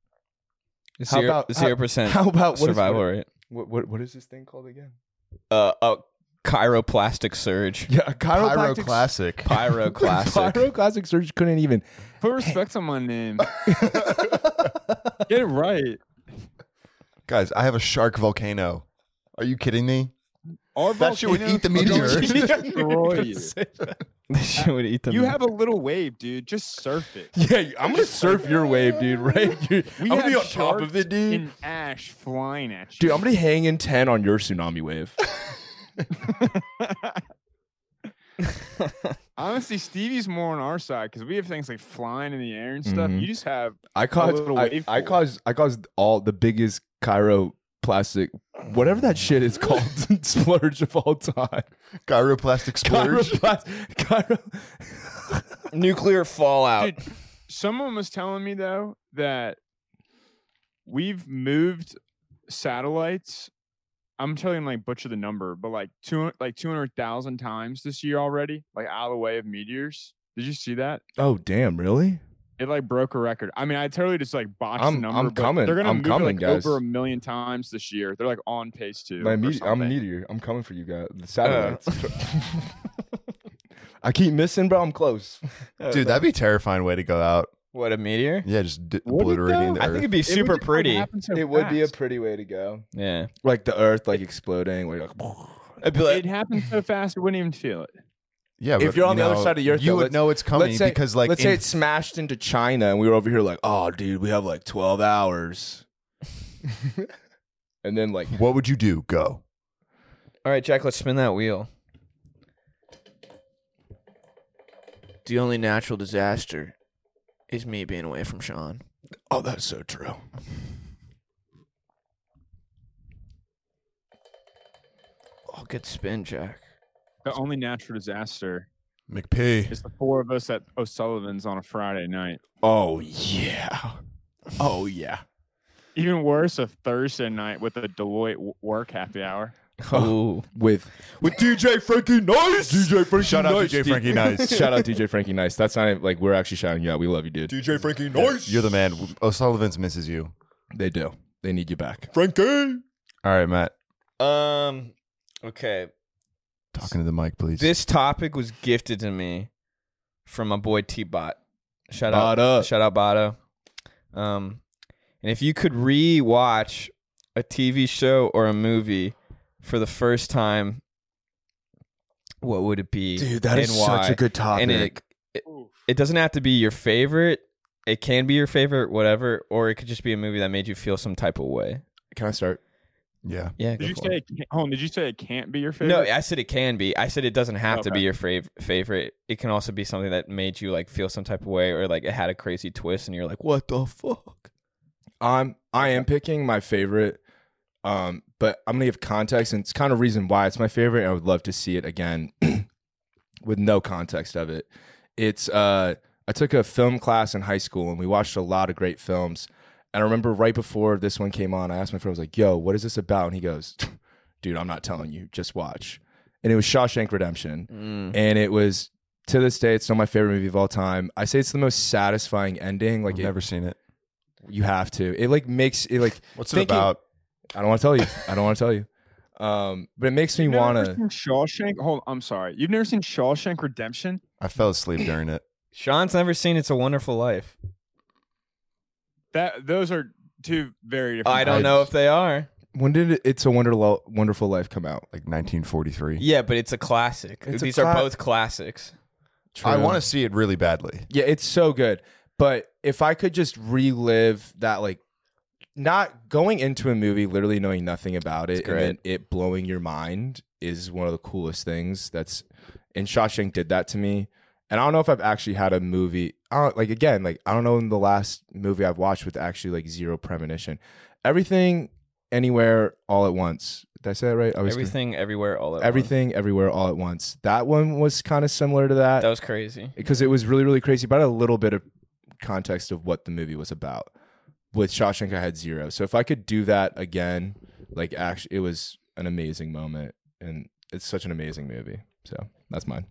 Speaker 4: How
Speaker 2: zero,
Speaker 4: about-
Speaker 2: zero percent
Speaker 4: How about what is-
Speaker 2: survival rate?
Speaker 4: What, what what is this thing called again?
Speaker 2: Uh, a chiroplastic surge.
Speaker 4: Yeah, a chiropractic
Speaker 3: Pyroclastic.
Speaker 2: Pyroclastic.
Speaker 4: Pyroclastic surge couldn't even.
Speaker 5: Put respect on my name. Get it right.
Speaker 3: Guys, I have a shark volcano. Are you kidding me?
Speaker 5: Our
Speaker 3: That shit would
Speaker 5: volcanoes
Speaker 3: eat the
Speaker 5: are going
Speaker 3: meteor.
Speaker 5: to destroy you.
Speaker 2: she would eat them.
Speaker 5: You have a little wave, dude. Just surf it.
Speaker 4: Yeah, I'm gonna surf your wave, dude. Right? You- I'm
Speaker 5: We
Speaker 4: gonna
Speaker 5: have
Speaker 4: be on top of it, dude.
Speaker 5: In ash flying at you.
Speaker 4: dude, I'm gonna hang in ten on your tsunami wave.
Speaker 5: Honestly, Stevie's more on our side because we have things like flying in the air and stuff.
Speaker 4: Mhm.
Speaker 5: You just have
Speaker 4: I caused.
Speaker 5: little
Speaker 4: I,
Speaker 5: wave
Speaker 4: I
Speaker 5: pool.
Speaker 4: caused. I caused all the biggest chiroplastic, whatever that shit is called, splurge of all time.
Speaker 3: Chiroplastic splurge.
Speaker 4: Chiroplastic. Chiro.
Speaker 2: nuclear fallout.
Speaker 5: Dude, someone was telling me though that we've moved satellites. I'm telling you, like butcher the number, but like two like two hundred thousand times this year already, like out of the way of meteors. Did you see that?
Speaker 4: Oh damn! Really?
Speaker 5: It like broke a record. I mean, I totally just like botched
Speaker 4: I'm-
Speaker 5: the number.
Speaker 4: I'm
Speaker 5: but
Speaker 4: coming.
Speaker 5: They're gonna
Speaker 4: I'm
Speaker 5: move
Speaker 4: coming,
Speaker 5: it, like
Speaker 4: guys.
Speaker 5: over a million times this year. They're like on pace to.
Speaker 4: My
Speaker 5: or
Speaker 4: meteor, I'm
Speaker 5: something. Oh.
Speaker 4: meteor. I'm coming for you guys. The satellites. I keep missing, bro. I'm close.
Speaker 3: Dude, that'd be a terrifying way to go out.
Speaker 2: what a meteor!
Speaker 3: Yeah, just d-
Speaker 5: Would it
Speaker 3: obliterating
Speaker 5: though?
Speaker 3: the
Speaker 2: I think
Speaker 3: earth.
Speaker 2: it'd be
Speaker 5: It would
Speaker 2: super
Speaker 5: just, like,
Speaker 2: pretty.
Speaker 5: happen so
Speaker 4: it would be a
Speaker 5: fast.
Speaker 4: pretty way to go.
Speaker 2: Yeah,
Speaker 4: Like the Earth, like exploding. Where you're like,
Speaker 2: I'd be like,
Speaker 5: It happened so fast, you wouldn't even feel it.
Speaker 3: Yeah,
Speaker 4: If
Speaker 3: but,
Speaker 4: you're on
Speaker 3: you
Speaker 4: the other
Speaker 3: know,
Speaker 4: side of the earth,
Speaker 3: you
Speaker 4: though,
Speaker 3: would
Speaker 4: let's-
Speaker 3: know it's coming
Speaker 4: let's say,
Speaker 3: because, like,
Speaker 4: let's say
Speaker 3: in-
Speaker 4: it smashed into China, and we were over here like, oh, dude, we have like 12 hours, and then like,
Speaker 3: what would you do? Go.
Speaker 2: all right, Jack, let's spin that wheel.
Speaker 7: The only natural disaster is me being away from Sean.
Speaker 4: oh, that's so true.
Speaker 2: at Oh, spin jack.
Speaker 5: The only natural disaster
Speaker 3: McP.
Speaker 5: is the four of us at O'Sullivan's on a Friday night.
Speaker 4: Oh yeah. Oh yeah.
Speaker 5: Even worse, a Thursday night with a Deloitte w- work happy hour.
Speaker 2: Oh,
Speaker 4: With
Speaker 3: With DJ Frankie Nice. DJ Frankie Shout out DJ
Speaker 4: Nice, dude.
Speaker 3: Frankie Nice.
Speaker 4: shout out DJ Frankie Nice. That's not even- like we're actually shouting you out. We love you, dude.
Speaker 7: DJ Frankie Noise.
Speaker 3: You're the man. O'Sullivan's misses you.
Speaker 4: They do. They need you back.
Speaker 7: Frankie.
Speaker 3: All right, Matt.
Speaker 2: um, okay.
Speaker 3: Talking to the mic, please.
Speaker 2: This topic was gifted to me from my boy T Bot. Shout out,
Speaker 4: Bada.
Speaker 2: shout out, Botto. Um, and if you could re-watch a TV show or a movie for the first time, what would it be?
Speaker 4: that
Speaker 2: and
Speaker 4: is
Speaker 2: why?
Speaker 4: good
Speaker 2: and it, it it doesn't have to be your favorite. It can be your favorite, whatever, or it could just be a movie that made you feel some type of way.
Speaker 4: Can I start?
Speaker 3: yeah.
Speaker 2: Yeah.
Speaker 5: Did you
Speaker 2: go for
Speaker 5: say
Speaker 2: it.
Speaker 5: it can't, hold on, did you say it can't be your
Speaker 2: No,
Speaker 5: favorite?
Speaker 2: I said it can be. I said it doesn't have to
Speaker 5: Okay.
Speaker 2: be your fav- favorite. It can also be something that made you like feel some type of way, or like it had a crazy twist, and you're like, "What the fuck?"
Speaker 4: I'm I am picking my favorite. Um, but I'm gonna give context and it's kind of reason why it's my favorite. and I would love to see it again with no context of it. It's uh I took a film class in high school and we watched a lot of great films. And I remember right before this one came on, I asked my friend, I was like, yo, what is this about? And he goes, Dude, I'm not telling you, just watch. And it was Shawshank Redemption.
Speaker 2: Mm-hmm. Mm.
Speaker 4: And it was to this day, it's still my favorite movie of all time. I say it's the most satisfying ending. Like
Speaker 3: I've
Speaker 4: it-
Speaker 3: never seen it.
Speaker 4: you have to. It like makes it like
Speaker 3: What's
Speaker 4: thinking-
Speaker 3: it about?
Speaker 4: I don't want to tell you. I don't want to tell you. Um, but it makes me
Speaker 5: You've never
Speaker 4: wanna.
Speaker 5: seen Shawshank. Hold, on, I'm sorry. You've never seen Shawshank Redemption?
Speaker 3: I fell asleep during it.
Speaker 2: Sean's never seen "It's a Wonderful Life."
Speaker 5: That those are two very different.
Speaker 2: I don't know if they are.
Speaker 4: When did it, "It's a Wonderful Wonderful Life" come out?
Speaker 3: Like 1943.
Speaker 2: Yeah, but it's a classic.
Speaker 4: It's a
Speaker 2: These
Speaker 4: cla-
Speaker 2: are both classics.
Speaker 3: I want to
Speaker 4: to.
Speaker 3: see it really badly.
Speaker 4: Yeah, it's so good. But if I could just relive that, like not going into a movie literally knowing nothing about it, and then it blowing your mind is one of the coolest things. That's and Shawshank did that to me. And I don't know if I've actually had a movie. I don't, like again, like I don't know in the last movie I've watched with actually like zero premonition. Everything, anywhere, all at once. Did I say that right? I was
Speaker 2: Everything, uh, everywhere, all at once.
Speaker 4: everything, everywhere, all at once. That one was kind of similar to that
Speaker 2: That was crazy.
Speaker 4: because it was really really crazy but I had a little bit of context of what the movie was about with shawshank i had zero so if i could do that again like actually it was an amazing moment and it's such an amazing movie so that's mine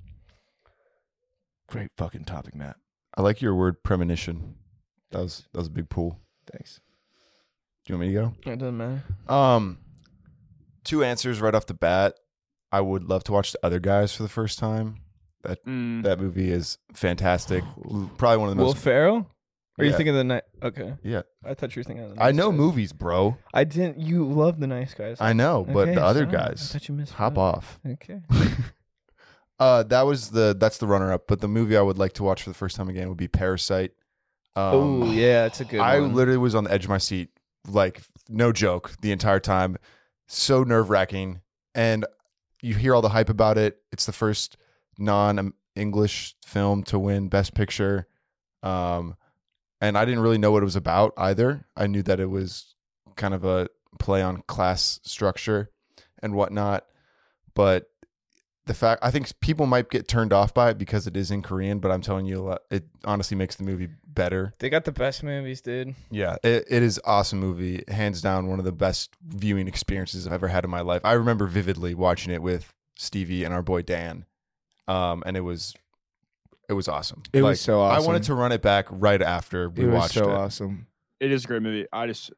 Speaker 4: great fucking topic matt
Speaker 3: I like your word premonition. That was that was a big pool.
Speaker 4: thanks
Speaker 3: Do you want me to go?
Speaker 2: It doesn't matter.
Speaker 3: Um, two answers right off the bat. I would love to watch the other guys for the first time. That
Speaker 5: Mm.
Speaker 3: that movie is fantastic. Probably one of the
Speaker 2: Will
Speaker 3: most.
Speaker 2: Ferrell? Or you
Speaker 3: Yeah.
Speaker 2: thinking of the night? Okay,
Speaker 3: yeah,
Speaker 2: I thought you were thinking. Of the
Speaker 3: I
Speaker 2: Nice
Speaker 3: know
Speaker 2: Guys.
Speaker 3: movies, bro.
Speaker 2: I didn't. You love the nice guys.
Speaker 3: I know, but
Speaker 2: Okay,
Speaker 3: the other
Speaker 2: sorry. I
Speaker 3: guys,
Speaker 2: thought you missed
Speaker 3: hop
Speaker 2: one.
Speaker 3: off.
Speaker 2: Okay.
Speaker 3: Uh, that was the that's the runner up. But the movie I would like to watch for the first time again would be Parasite. Um,
Speaker 2: oh yeah, it's a good.
Speaker 3: I
Speaker 2: one.
Speaker 3: literally was on the edge of my seat, like no joke, the entire time. So nerve wracking, and you hear all the hype about it. It's the first non-English film to win Best Picture, um, and I didn't really know what it was about either. I knew that it was kind of a play on class structure and whatnot, but the fact I think people might get turned off by it because it is in Korean. But I'm telling you, uh, it honestly makes the movie better.
Speaker 2: They got the best movies, dude.
Speaker 3: Yeah, it, it is awesome movie. Hands down, one of the best viewing experiences I've ever had in my life. I remember vividly watching it with Stevie and our boy Dan, um, and it was it was awesome.
Speaker 4: it
Speaker 3: Like,
Speaker 4: was so awesome
Speaker 3: I wanted to run it back right after we
Speaker 4: it was
Speaker 3: watched
Speaker 4: so
Speaker 3: it.
Speaker 4: awesome
Speaker 5: It is a great movie. I just,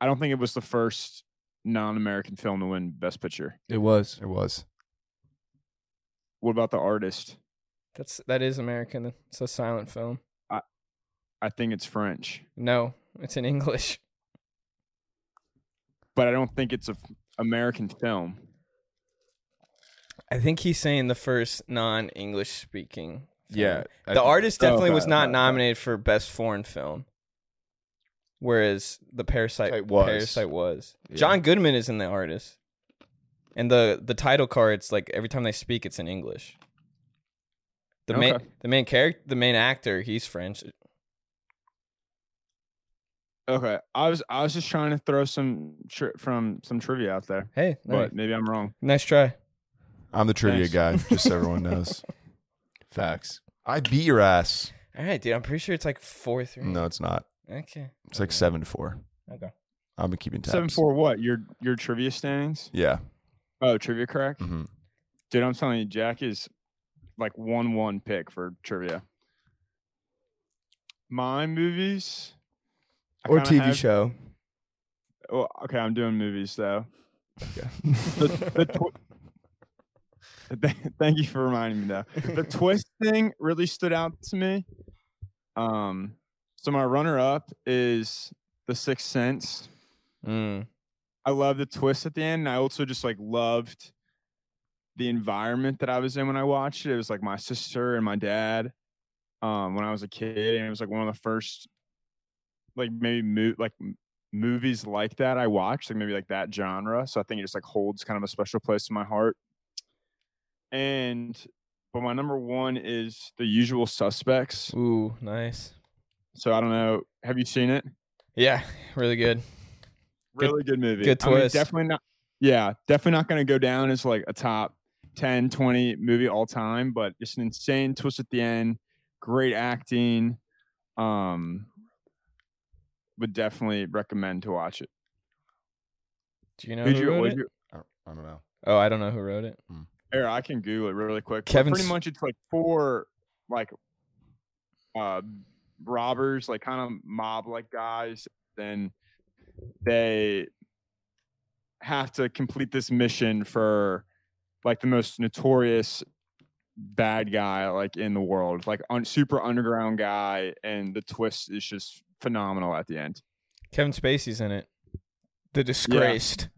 Speaker 5: I don't think it was the first non-American film to win Best Picture.
Speaker 4: it was
Speaker 3: It was.
Speaker 5: What about the artist?
Speaker 2: That's that is American. It's a silent film.
Speaker 5: I think it's French,
Speaker 2: No, it's in English.
Speaker 5: but I don't think it's a f- American film.
Speaker 2: I think he's saying the first non-English speaking. film.
Speaker 4: yeah I- Oh,
Speaker 2: the artist definitely
Speaker 5: okay,
Speaker 2: was not
Speaker 5: okay.
Speaker 2: nominated for best foreign film, whereas the Parasite
Speaker 4: It was.
Speaker 2: Parasite was.
Speaker 4: Yeah.
Speaker 2: John Goodman is in the artist, and the the title cards like every time they speak, it's in English. The main
Speaker 5: Okay.
Speaker 2: the main character, the main actor, he's French.
Speaker 5: Okay, I was, I was just trying to throw some tri- from some trivia out there,
Speaker 2: Hey, nice,
Speaker 5: but maybe I'm wrong.
Speaker 2: nice try.
Speaker 3: I'm the trivia
Speaker 5: Thanks.
Speaker 3: guy, just so everyone knows.
Speaker 4: Facts.
Speaker 3: I beat your ass.
Speaker 2: All right, dude. I'm pretty sure it's like four three.
Speaker 3: No, it's not.
Speaker 2: Okay.
Speaker 3: It's like seven to four.
Speaker 2: Okay.
Speaker 3: I've been keeping tabs.
Speaker 5: Seven four. What your your trivia standings?
Speaker 3: Yeah.
Speaker 5: Oh, trivia crack,
Speaker 3: hmm
Speaker 5: dude. I'm telling you, Jack is like one one pick for trivia. My movies I
Speaker 4: Or
Speaker 5: kinda
Speaker 4: TV
Speaker 5: have-
Speaker 4: show.
Speaker 5: Well, okay, I'm doing movies though. The- the tw- Th- Thank you for reminding me though. The twist thing really stood out to me. Um, so my runner up is The Sixth Sense.
Speaker 2: Mm.
Speaker 5: I love the twist at the end. And I also just like loved the environment that I was in when I watched it. It was like my sister and my dad um, when I was a kid, and it was like one of the first like maybe mo- like m- movies like that I watched, like maybe like that genre. So I think it just like holds kind of a special place in my heart. And but my number one is The Usual Suspects.
Speaker 2: Ooh, nice.
Speaker 5: So I don't know. Have you seen it?
Speaker 2: Yeah, really good. Good-
Speaker 5: really good movie.
Speaker 2: good
Speaker 5: I mean,
Speaker 2: twist.
Speaker 5: definitely not. Yeah, definitely not going to go down as like a top 10, 20 movie all time, but just an insane twist at the end. Great acting. Um, would definitely recommend to watch it.
Speaker 2: Do you know
Speaker 5: Who'd
Speaker 2: who
Speaker 5: you-
Speaker 2: wrote
Speaker 5: what'd
Speaker 2: it?
Speaker 5: you-
Speaker 3: I don't, I don't know.
Speaker 2: Oh, I don't know who wrote it.
Speaker 5: Here, I can Google it really quick. but
Speaker 2: Kevin
Speaker 5: pretty
Speaker 2: S-
Speaker 5: much it's like four like uh robbers, like kind of mob like guys, then they have to complete this mission for like the most notorious bad guy like in the world, like un- super underground guy, and the twist is just phenomenal at the end.
Speaker 2: Kevin Spacey's in it. The disgraced.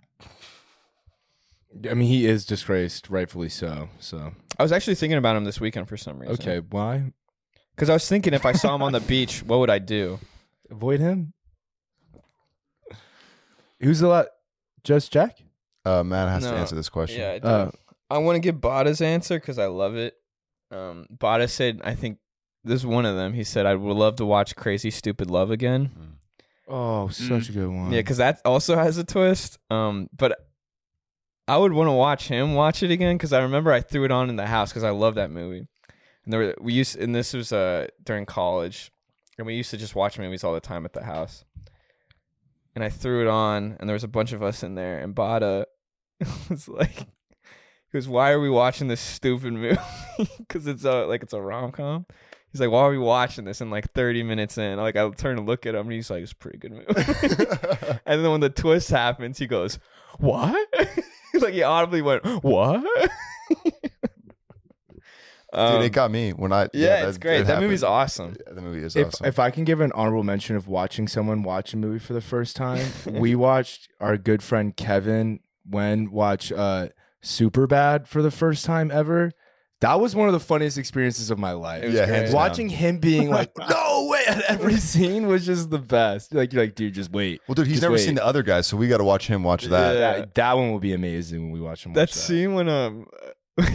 Speaker 4: I mean, he is disgraced, rightfully so. So
Speaker 2: I was actually thinking about him this weekend for some reason.
Speaker 4: okay, why
Speaker 2: Because I was thinking if I saw him on the beach, what would I do?
Speaker 4: avoid him? Who's the lot? Just Jack?
Speaker 3: Uh, Matt has
Speaker 2: No.
Speaker 3: to answer this question.
Speaker 2: Yeah, I,
Speaker 4: Uh,
Speaker 2: want to give Bada's answer because I love it. Um, Bada said, I think this is one of them. He said, I would love to watch Crazy Stupid Love again.
Speaker 4: oh, such a good one.
Speaker 2: Yeah, because that also has a twist. Um, but I would want to watch him watch it again because I remember I threw it on in the house because I love that movie. And there were, we used and this was uh during college, and we used to just watch movies all the time at the house. And I threw it on, and there was a bunch of us in there, and Bada was like, "He goes, why are we watching this stupid movie? Because it's a like it's a rom com." He's like, "Why are we watching this?" And like 30 minutes in, like I turn to look at him, and he's like, "It's a pretty good movie." And then when the twist happens, he goes, "What?" like he audibly went, "What?"
Speaker 3: Dude,
Speaker 2: Um,
Speaker 3: it got me when I.
Speaker 2: yeah,
Speaker 3: that-
Speaker 2: it's great.
Speaker 3: it
Speaker 2: That movie's
Speaker 3: happened.
Speaker 2: awesome.
Speaker 3: Yeah, the movie is
Speaker 4: if
Speaker 3: awesome.
Speaker 4: if I can give an honorable mention of watching someone watch a movie for the first time, we watched our good friend Kevin Wen watch uh Super Bad for the first time ever. That was one of the funniest experiences of my life.
Speaker 3: yeah, hands
Speaker 4: Watching him being like, "No way!" at every scene was just the best. Like you're like, dude, just
Speaker 3: Down.
Speaker 4: wait.
Speaker 3: Well, dude, he's
Speaker 4: Just
Speaker 3: never
Speaker 4: wait.
Speaker 3: seen the other guy, so we got to watch him watch that.
Speaker 4: That, that one will be amazing when we watch him.
Speaker 2: That
Speaker 4: watch
Speaker 2: scene when um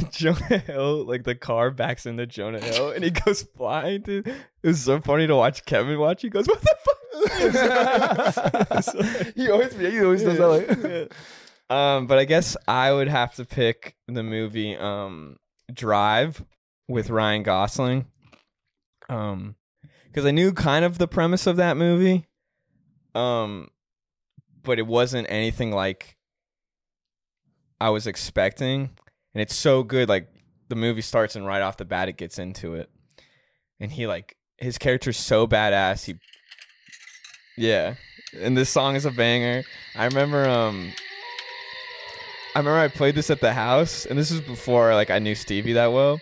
Speaker 2: Jonah Hill, like the car backs into Jonah Hill and he goes flying, dude. It was so funny to watch Kevin watch. He goes, "What the fuck?"
Speaker 4: he always he always does that. Like,
Speaker 2: um, but I guess I would have to pick the movie um Drive with Ryan Gosling. Um because I knew kind of the premise of that movie. Um but it wasn't anything like I was expecting. And it's so good like the movie starts and right off the bat it gets into it. And he like his character's so badass. He Yeah. And this song is a banger. I remember um I remember I played this at the house, and this was before like I knew Stevie that well.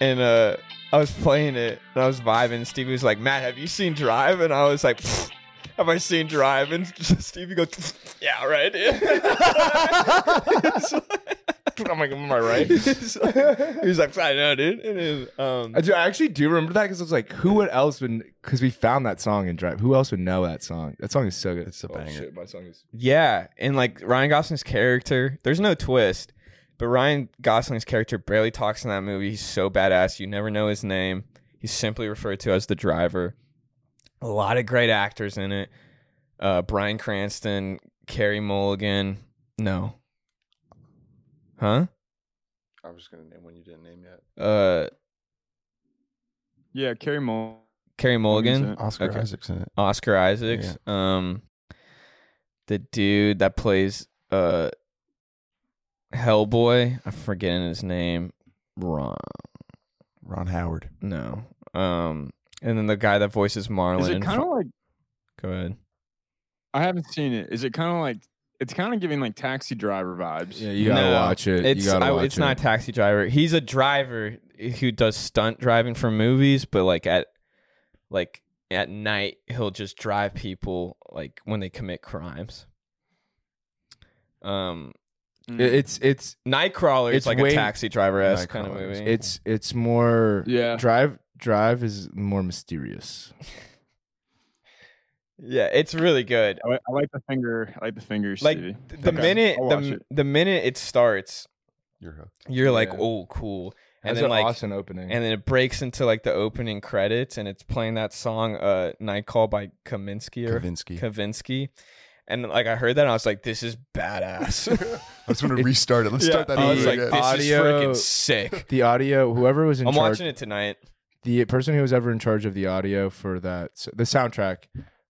Speaker 2: And uh, I was playing it, and I was vibing. and Stevie was like, "Matt, have you seen Drive?" And I was like, "Pfft, "Have I seen Drive?" And Stevie goes, "Pfft, "Yeah, right." I'm like, "Am I right?" he was like, "I know, dude." And it, um,
Speaker 4: I, do, I actually do remember that because I was like, who would else would? Because we found that song in Drive. Who else would know that song? That song is so good.
Speaker 3: It's a banger.
Speaker 4: my song is.
Speaker 2: Yeah, and like Ryan Gosling's character, there's no twist, but Ryan Gosling's character barely talks in that movie. He's so badass, you never know his name. He's simply referred to as the driver. A lot of great actors in it. Uh, Brian Cranston, Carrie Mulligan. No. Huh?
Speaker 3: I was just gonna name one you didn't name yet.
Speaker 2: Uh,
Speaker 5: Yeah, Kerry Mulligan.
Speaker 2: Carrie Mulligan,
Speaker 5: it?
Speaker 3: Oscar
Speaker 2: Okay.
Speaker 3: Isaac's in it.
Speaker 2: Oscar Isaacs, um, the dude that plays uh Hellboy. I'm forgetting his name. Ron.
Speaker 3: Ron Howard.
Speaker 2: No. Um, and then the guy that voices Marlon.
Speaker 5: Is it
Speaker 2: in
Speaker 5: kind
Speaker 2: Fo-
Speaker 5: of like
Speaker 2: Go ahead.
Speaker 5: I haven't seen it? Is it kind of like it's kind of giving like Taxi Driver vibes?
Speaker 4: Yeah, you gotta
Speaker 2: No,
Speaker 4: watch it.
Speaker 2: It's
Speaker 4: you gotta
Speaker 2: I-
Speaker 4: watch
Speaker 2: it's not
Speaker 4: it.
Speaker 2: Taxi Driver. He's a driver who does stunt driving for movies, but like at like at night he'll just drive people like when they commit crimes. Um,
Speaker 5: Mm.
Speaker 4: It- It's it's
Speaker 2: Nightcrawler is
Speaker 4: It's
Speaker 2: like
Speaker 4: way-
Speaker 2: a taxi driver esque kind of
Speaker 3: Nightcrawler is-
Speaker 2: movie.
Speaker 4: it's it's more
Speaker 5: yeah.
Speaker 4: drive drive is more mysterious.
Speaker 2: yeah, it's really good.
Speaker 5: I, li- I like the finger. I like the fingers.
Speaker 2: Like
Speaker 5: Stevie.
Speaker 2: th- the
Speaker 5: Okay,
Speaker 2: minute
Speaker 5: I'll
Speaker 2: the,
Speaker 5: watch
Speaker 2: m-
Speaker 5: it.
Speaker 2: the minute it starts,
Speaker 3: You're hooked.
Speaker 2: you're like,
Speaker 4: Yeah. Mm.
Speaker 2: oh, cool, and
Speaker 4: That's
Speaker 2: then
Speaker 4: an
Speaker 2: like
Speaker 4: awesome opening.
Speaker 2: and then it breaks into like the opening credits and it's playing that song uh night call by kaminsky or
Speaker 3: Kavinsky.
Speaker 2: kavinsky and like i heard that and i was like this is badass
Speaker 3: I just want to restart it. Let's
Speaker 5: Yeah,
Speaker 3: start that
Speaker 2: i was Oh,
Speaker 3: over
Speaker 2: like
Speaker 3: again.
Speaker 2: this
Speaker 4: Audio-
Speaker 2: is freaking sick
Speaker 4: the audio, whoever was in
Speaker 2: i'm
Speaker 4: charge,
Speaker 2: watching it tonight
Speaker 4: the person who was ever in charge of the audio for that the soundtrack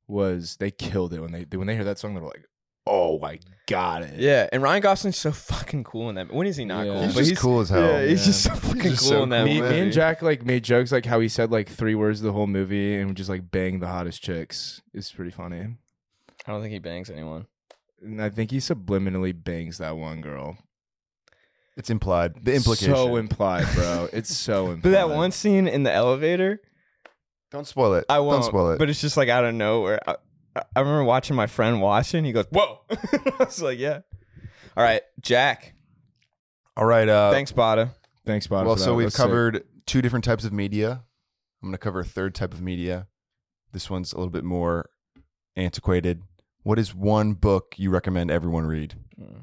Speaker 4: was they killed it when they when they hear that song they're like, oh my god, it.
Speaker 2: yeah and ryan gosling's so fucking cool in that when is he not
Speaker 4: Yeah.
Speaker 2: cool
Speaker 3: He's
Speaker 4: He's
Speaker 2: but
Speaker 3: just cool as hell.
Speaker 2: yeah, he's just so fucking
Speaker 3: just
Speaker 2: cool
Speaker 3: so
Speaker 2: in that
Speaker 4: me, me
Speaker 2: movie.
Speaker 4: and Jack like made jokes like how he said like three words the whole movie and just like bang the hottest chicks. It's pretty funny.
Speaker 2: i don't think he bangs anyone
Speaker 4: And I think he subliminally bangs that one girl.
Speaker 3: It's implied. The implication.
Speaker 4: So implied, bro. It's so implied.
Speaker 2: but that one scene in the elevator
Speaker 3: Don't spoil it.
Speaker 2: i won't
Speaker 3: Don't spoil it.
Speaker 2: but it's just like out of nowhere i, I- I remember watching my friend watch it and he goes whoa i was like yeah all right jack
Speaker 3: All right. Uh,
Speaker 2: Thanks, Bada.
Speaker 4: Thanks, Bob.
Speaker 3: Well,
Speaker 4: for that.
Speaker 3: so we've
Speaker 4: That's sick.
Speaker 3: covered two different types of media. I'm going to cover a third type of media. This one's a little bit more antiquated. What is one book you recommend everyone read?
Speaker 4: Hmm.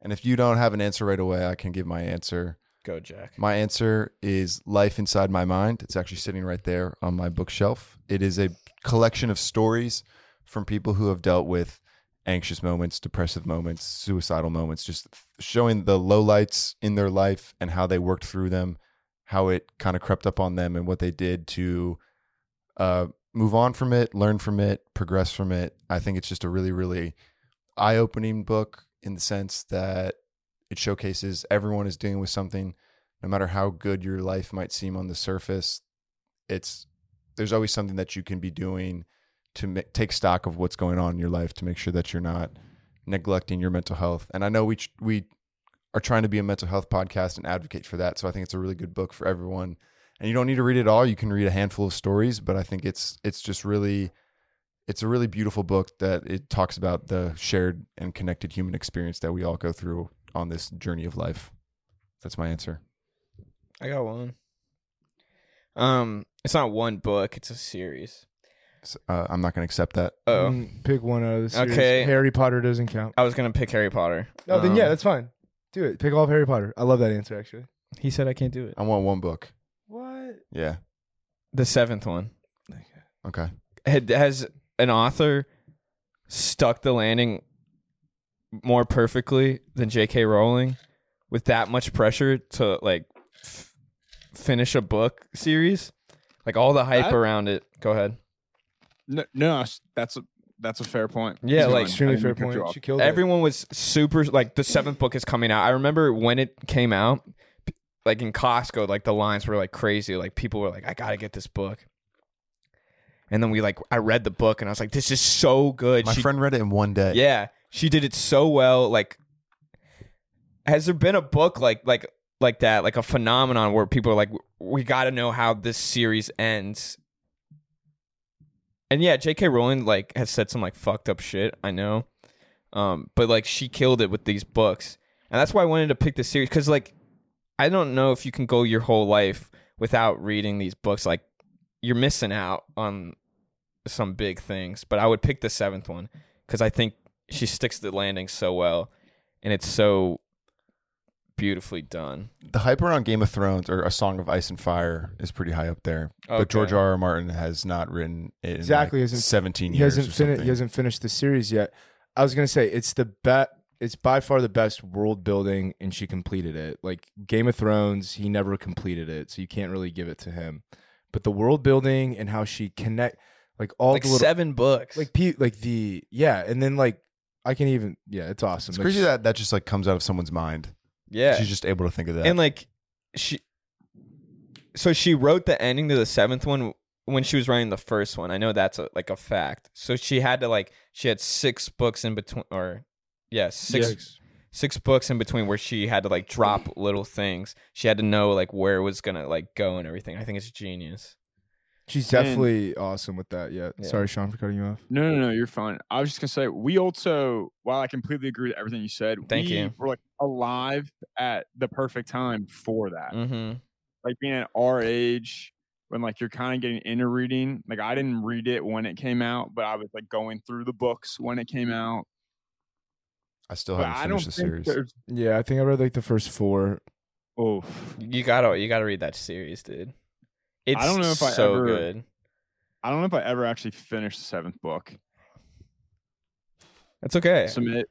Speaker 3: And if you don't have an answer right away, I can give my answer.
Speaker 2: Go, Jack.
Speaker 3: My answer is Life Inside My Mind. It's actually sitting right there on my bookshelf. It is a collection of stories from people who have dealt with anxious moments, depressive moments, suicidal moments, just showing the lowlights in their life and how they worked through them, how it kind of crept up on them, and what they did to uh, move on from it, learn from it, progress from it. I think it's just a really, really eye opening book in the sense that it showcases everyone is dealing with something no matter how good your life might seem on the surface it's there's always something that you can be doing to ma- take stock of what's going on in your life to make sure that you're not neglecting your mental health and i know we ch- we are trying to be a mental health podcast and advocate for that so i think it's a really good book for everyone and you don't need to read it all you can read a handful of stories but i think it's it's just really it's a really beautiful book that it talks about the shared and connected human experience that we all go through on this journey of life that's my answer
Speaker 2: I got one. Um, it's not one book; it's a series.
Speaker 3: S- uh, I'm not going to accept that.
Speaker 2: Oh,
Speaker 4: Mm, pick one out of the series.
Speaker 2: Okay.
Speaker 4: Harry Potter doesn't count.
Speaker 2: I was gonna pick Harry Potter.
Speaker 4: No, Oh, then
Speaker 2: Um,
Speaker 4: yeah, that's fine. Do it. Pick all of Harry Potter. I love that answer actually.
Speaker 2: he said I can't do it.
Speaker 3: I want one book.
Speaker 4: What?
Speaker 3: Yeah.
Speaker 2: The seventh one
Speaker 3: Okay.
Speaker 2: Had- has an author stuck the landing more perfectly than J.K. Rowling with that much pressure to like f- finish a book series, like all the hype
Speaker 5: That-
Speaker 2: around it. Go ahead.
Speaker 5: No, no, s- that's a that's a fair point.
Speaker 2: Yeah,
Speaker 5: Keep
Speaker 2: like-
Speaker 5: going.
Speaker 4: Extremely
Speaker 5: I didn't
Speaker 4: fair
Speaker 5: mean to cut you
Speaker 4: point.
Speaker 5: off.
Speaker 4: She killed it.
Speaker 2: everyone was super like the seventh book is coming out. I remember when it came out, p- like in Costco, like the lines were like crazy. Like people were like, I gotta get this book. And then we like I read the book and I was like, this is so good.
Speaker 3: My
Speaker 2: She-
Speaker 3: friend read it in one day.
Speaker 2: yeah, she did it so well. Like, has there been a book like like like that, like a phenomenon where people are like, we got to know how this series ends? And yeah, J.K. Rowling like has said some like fucked up shit. I know, um, but like she killed it with these books, and that's why I wanted to pick this series because like I don't know if you can go your whole life without reading these books. Like you're missing out on some big things. But I would pick the seventh one because I think she sticks the landing so well, and it's so beautifully done.
Speaker 3: The hype around Game of Thrones or A Song of Ice and Fire is pretty high up there.
Speaker 2: Okay.
Speaker 3: But George R. R. Martin has not written it in
Speaker 4: Exactly,
Speaker 3: like
Speaker 4: isn't-
Speaker 3: 17
Speaker 4: He
Speaker 3: years. or
Speaker 4: hasn't finished.
Speaker 3: something.
Speaker 4: He hasn't finished the series yet. I was gonna say it's the best. it's by far the best world building, and she completed it. Like Game of Thrones, he never completed it, so you can't really give it to him. But the world building and how she connect, like all
Speaker 2: like
Speaker 4: the little,
Speaker 2: seven books.
Speaker 4: like pe- like the yeah, and then like I can even yeah, it's awesome.
Speaker 3: It's
Speaker 4: Like,
Speaker 3: crazy that that just like comes out of someone's mind.
Speaker 2: yeah,
Speaker 3: She's just able to think of that.
Speaker 2: and like she so she wrote the ending to the seventh one when she was writing the first one i know that's a, like a fact so she had to like she had six books in between or yeah six six books in between where she had to like drop little things she had to know like where it was gonna like go and everything i think it's genius
Speaker 4: she's
Speaker 5: Man.
Speaker 4: definitely awesome with that. Yeah.
Speaker 2: Yeah.
Speaker 4: Sorry, Sean, for cutting you off.
Speaker 5: No, no, no, you're fine. I was just gonna say we also, while I completely agree with everything you said,
Speaker 2: Thank
Speaker 5: we
Speaker 2: you.
Speaker 5: We're like alive at the perfect time for that.
Speaker 2: mm-hmm
Speaker 5: Like being at our age when like you're kind of getting into reading. Like I didn't read it when it came out, but I was like going through the books when it came out.
Speaker 3: I still
Speaker 5: But
Speaker 3: haven't
Speaker 5: I don't
Speaker 3: finished the
Speaker 5: think
Speaker 3: series.
Speaker 5: there's.
Speaker 4: Yeah, I think I read like the first four.
Speaker 5: Oh,
Speaker 2: you gotta you gotta read that series dude it's
Speaker 5: don't know if I
Speaker 2: so
Speaker 5: ever-
Speaker 2: good
Speaker 5: I don't know if I ever actually finished the seventh book.
Speaker 2: that's okay
Speaker 5: So, may,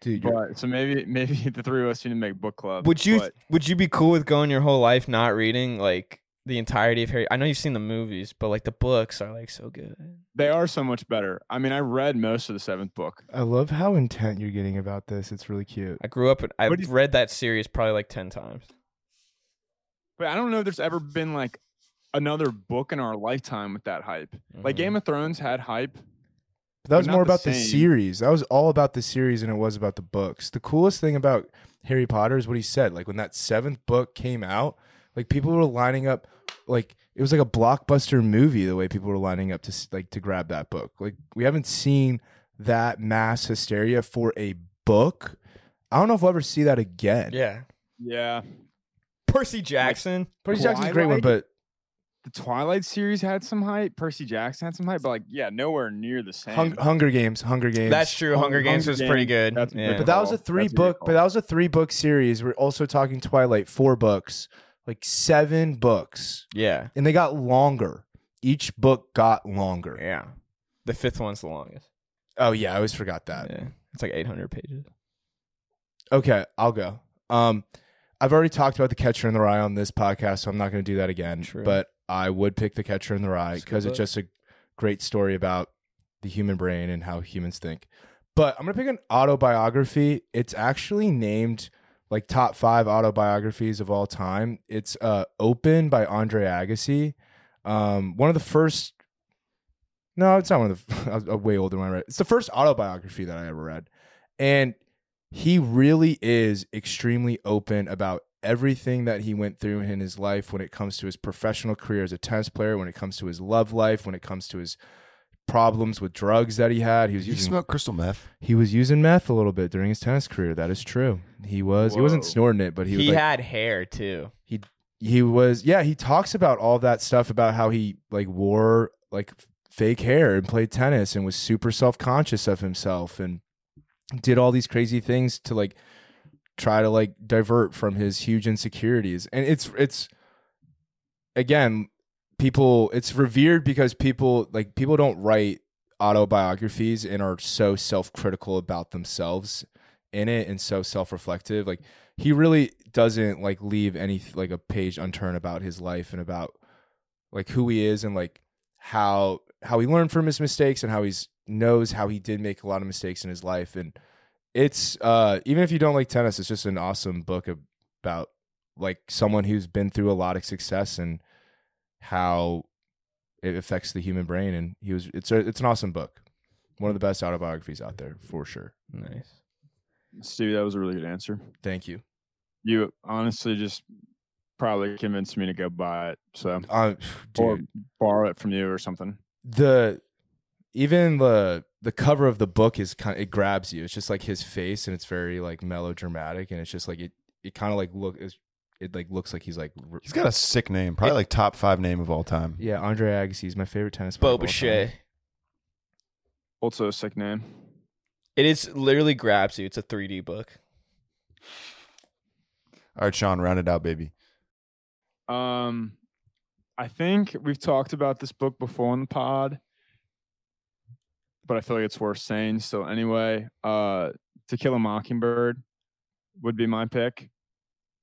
Speaker 4: Dude, you're-
Speaker 5: but, so maybe maybe the three of us need to make book club.
Speaker 2: Would you
Speaker 5: but-
Speaker 2: would you be cool with going your whole life not reading like the entirety of Harry? I know you've seen the movies, but like the books are like so good.
Speaker 5: they are so much better. I mean, I read most of the seventh book.
Speaker 4: I love how intent you're getting about this. It's really cute.
Speaker 2: I grew up. I
Speaker 5: What do you-
Speaker 2: read that series probably like ten times.
Speaker 5: But I don't know if there's ever been like another book in our lifetime with that hype. Like
Speaker 2: Mhm.
Speaker 5: Game of Thrones had hype.
Speaker 4: But that was
Speaker 5: not
Speaker 4: more
Speaker 5: the
Speaker 4: about the
Speaker 5: same.
Speaker 4: series. That was all about the series than it was about the books. The coolest thing about Harry Potter is what he said. Like when that seventh book came out, like people were lining up like it was like a blockbuster movie the way people were lining up to s- like to grab that book. Like we haven't seen that mass hysteria for a book. I don't know if we'll ever see that again.
Speaker 2: Mm-hmm. yeah,
Speaker 5: Yeah.
Speaker 2: Percy Jackson.
Speaker 4: Percy Jackson's a great one, but
Speaker 5: The Twilight series had some hype. Percy Jackson had some hype, but like, yeah, nowhere near the same.
Speaker 4: Hung- Hunger Games, Hunger Games.
Speaker 2: That's true. Hunger,
Speaker 5: Hunger
Speaker 2: Games was pretty
Speaker 5: Games,
Speaker 2: good.
Speaker 5: that's a good
Speaker 2: Yeah.
Speaker 4: But that was
Speaker 5: call.
Speaker 4: a three
Speaker 5: That's a good
Speaker 4: book. But
Speaker 5: call.
Speaker 4: that was a three book series. We're also talking Twilight, four books, like seven books,
Speaker 2: yeah,
Speaker 4: and they got longer. Each book got longer.
Speaker 2: yeah. The fifth one's the longest.
Speaker 4: Oh yeah, I always forgot that.
Speaker 2: Yeah, it's like eight hundred pages.
Speaker 4: Okay, I'll go. Um, I've already talked about the Catcher in the Rye on this podcast, so I'm not going to do that again.
Speaker 2: True.
Speaker 4: But I would pick the Catcher in the Rye
Speaker 2: It's a good
Speaker 4: because it's
Speaker 2: book.
Speaker 4: just a great story about the human brain and how humans think. But I'm going to pick an autobiography. It's actually named like top five autobiographies of all time. It's uh, Open by Andre Agassi. Um, one of the first. No, it's not one of the. I'm way older when I read. it. It's the first autobiography that I ever read, and he really is extremely open about everything that he went through in his life when it comes to his professional career as a tennis player, when it comes to his love life, when it comes to his problems with drugs that he had. He was
Speaker 3: you
Speaker 4: using
Speaker 3: smoke crystal meth.
Speaker 4: he was using meth a little bit during his tennis career. That is true. He was he wasn't
Speaker 5: Whoa.
Speaker 4: snorting it, but he
Speaker 2: He,
Speaker 4: was like,
Speaker 2: had hair too.
Speaker 4: he was yeah he talks about all that stuff about how he like wore like f- fake hair and played tennis and was super self-conscious of himself and did all these crazy things to like try to like divert from his huge insecurities and it's it's again people it's revered because people like people don't write autobiographies and are so self-critical about themselves in it and so self-reflective like he really doesn't like leave any like a page unturned about his life and about like who he is and like how how he learned from his mistakes and how he's knows how he did make a lot of mistakes in his life and it's uh even if you don't like tennis it's just an awesome book about like someone who's been through a lot of success and how it affects the human brain and he was it's a, it's an awesome book one of the best autobiographies out there for sure
Speaker 2: Nice.
Speaker 5: Stu, that was a really good answer.
Speaker 4: thank you
Speaker 5: You honestly just probably convinced me to go buy it. So,
Speaker 4: um
Speaker 5: or
Speaker 4: dude.
Speaker 5: borrow it from you or something.
Speaker 4: the even the the cover of the book is kind it grabs you. It's just like his face and it's very like melodramatic and it's just like it it kind of like look it's, it like looks like he's like r-
Speaker 3: He's got a sick name, probably like top five name of all time.
Speaker 4: yeah, Andre Agassi is my favorite tennis player.
Speaker 2: Bo
Speaker 4: of all
Speaker 2: Bichet.
Speaker 4: time.
Speaker 5: Also, a sick name.
Speaker 2: It is literally grabs you. It's a 3D book.
Speaker 3: All right, Sean, round it out, baby.
Speaker 5: Um, I think we've talked about this book before on the pod, but I feel like it's worth saying. So anyway, uh, To Kill a Mockingbird would be my pick.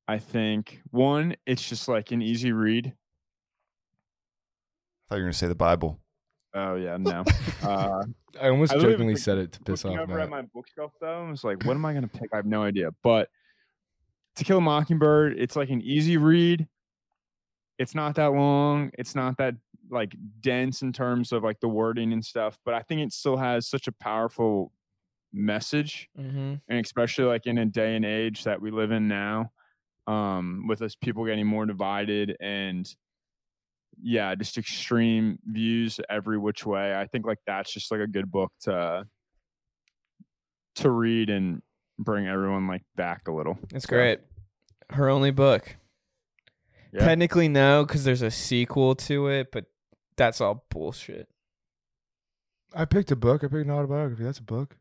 Speaker 5: I think one, it's just like an easy read.
Speaker 3: thought you were gonna say the Bible.
Speaker 5: Oh yeah, no. uh,
Speaker 4: I almost
Speaker 5: I literally
Speaker 4: jokingly
Speaker 5: was
Speaker 4: said it to piss
Speaker 5: looking
Speaker 4: off
Speaker 5: over
Speaker 4: Matt.
Speaker 5: at my bookshelf though, I was like, what am I gonna pick? I have no idea. But To Kill a Mockingbird, it's like an easy read. It's not that long. It's not that like dense in terms of like the wording and stuff, but I think it still has such a powerful message.
Speaker 2: Mm-hmm.
Speaker 5: and especially like in a day and age that we live in now um with us people getting more divided and yeah just extreme views every which way i think like that's just like a good book to to read and bring everyone like back a little
Speaker 2: That's great. Her only book.
Speaker 5: Yeah.
Speaker 2: Technically, no, because there's a sequel to it, but that's all bullshit.
Speaker 3: I picked a book. I picked an autobiography. That's a book.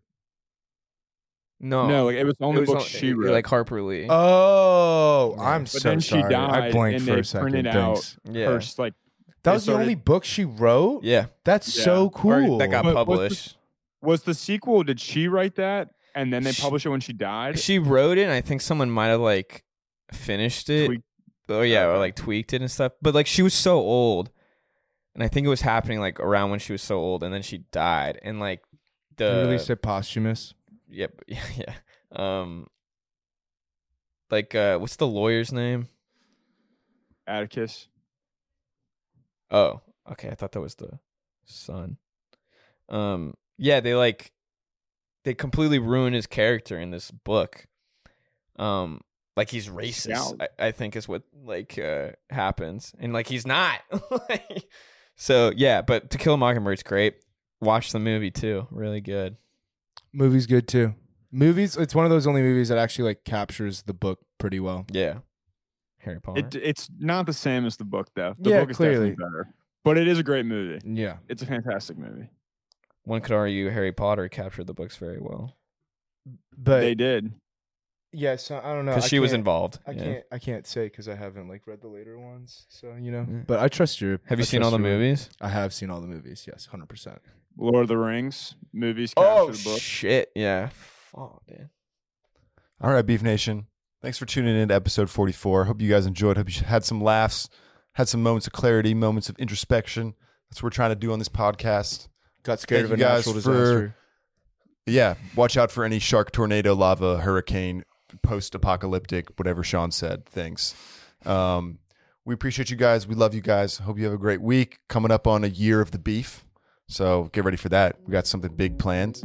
Speaker 2: No,
Speaker 5: no like it was the
Speaker 2: It
Speaker 5: only
Speaker 2: was
Speaker 5: book
Speaker 2: on-
Speaker 5: she wrote
Speaker 2: like Harper Lee.
Speaker 4: Oh,
Speaker 3: Yeah.
Speaker 4: I'm
Speaker 3: But
Speaker 4: so
Speaker 5: then she
Speaker 4: sorry. I
Speaker 5: died
Speaker 4: blanked
Speaker 5: and
Speaker 4: for
Speaker 5: they
Speaker 4: a second.
Speaker 5: printed out-
Speaker 4: Thanks.
Speaker 2: yeah,
Speaker 5: Her just, like
Speaker 4: That
Speaker 5: They
Speaker 4: was the
Speaker 5: started-
Speaker 4: only book she wrote.
Speaker 2: yeah,
Speaker 4: That's
Speaker 5: Yeah.
Speaker 4: so
Speaker 2: Or
Speaker 4: cool.
Speaker 2: that got
Speaker 5: But- but-
Speaker 2: published.
Speaker 5: was the sequel did she write that and then they
Speaker 2: She-
Speaker 5: published it when she died
Speaker 2: She wrote it, and I think someone might have like finished it.
Speaker 5: Tweaked-
Speaker 2: Oh yeah, or
Speaker 5: Okay.
Speaker 2: like tweaked it and stuff. But like she was so old, and I think it was happening like around when she was so old, and then she died, and like
Speaker 4: They
Speaker 2: the
Speaker 4: released it posthumous.
Speaker 2: yep, yeah, yeah. Um, like uh, what's the lawyer's name?
Speaker 5: atticus
Speaker 2: Oh, okay. I thought that was the son. Um, yeah, they like they completely ruin his character in this book. Um, like he's racist. I, I think is what like uh happens, and like he's not. Like, so yeah, but To Kill a Mockingbird's great. Watch the movie too. Really good.
Speaker 4: Movie's good too. Movies. It's one of those only movies that actually like captures the book pretty well.
Speaker 2: Yeah, Harry Potter.
Speaker 5: It, it's not the same as the book, though. The
Speaker 4: Yeah,
Speaker 5: book is definitely
Speaker 4: clearly.
Speaker 5: better, but it is a great movie.
Speaker 4: Yeah.
Speaker 5: It's a fantastic movie.
Speaker 2: One could argue Harry Potter captured the books very well
Speaker 4: But
Speaker 5: they did.
Speaker 4: yeah, so I don't know.
Speaker 2: because
Speaker 4: Uh, I
Speaker 2: she was
Speaker 4: can't-
Speaker 2: involved.
Speaker 4: I
Speaker 2: yeah.
Speaker 4: can't. I can't say because I haven't like read the later ones. So you know.
Speaker 2: Yeah.
Speaker 4: But I trust you.
Speaker 2: Have
Speaker 4: I
Speaker 2: you seen
Speaker 4: trust
Speaker 2: all the
Speaker 4: your-
Speaker 2: movies?
Speaker 4: I have seen all the movies. Yes, hundred percent.
Speaker 5: Lord of the Rings movies.
Speaker 2: Oh
Speaker 5: captured the book.
Speaker 2: shit! Yeah. Fuck, dude.
Speaker 3: All right, Beef Nation. Thanks for tuning in to episode 44. Hope you guys enjoyed. Hope you had some laughs, had some moments of clarity, moments of introspection. That's what we're trying to do on this podcast.
Speaker 4: Got scared
Speaker 3: Thank
Speaker 4: of a
Speaker 3: you guys
Speaker 4: natural
Speaker 3: for-
Speaker 4: disaster.
Speaker 3: Yeah, watch out for any shark, tornado, lava, hurricane, post apocalyptic, whatever Sean said things. Um, we appreciate you guys. We love you guys. Hope you have a great week. Coming up on a year of the beef. So get ready for that. We got something big planned.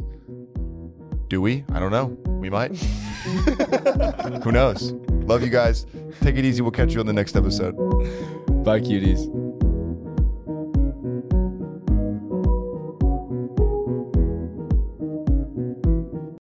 Speaker 3: Do we? I don't know. We might. Who knows? Love you guys. Take it easy. We'll catch you on the next episode.
Speaker 4: Bye, cuties.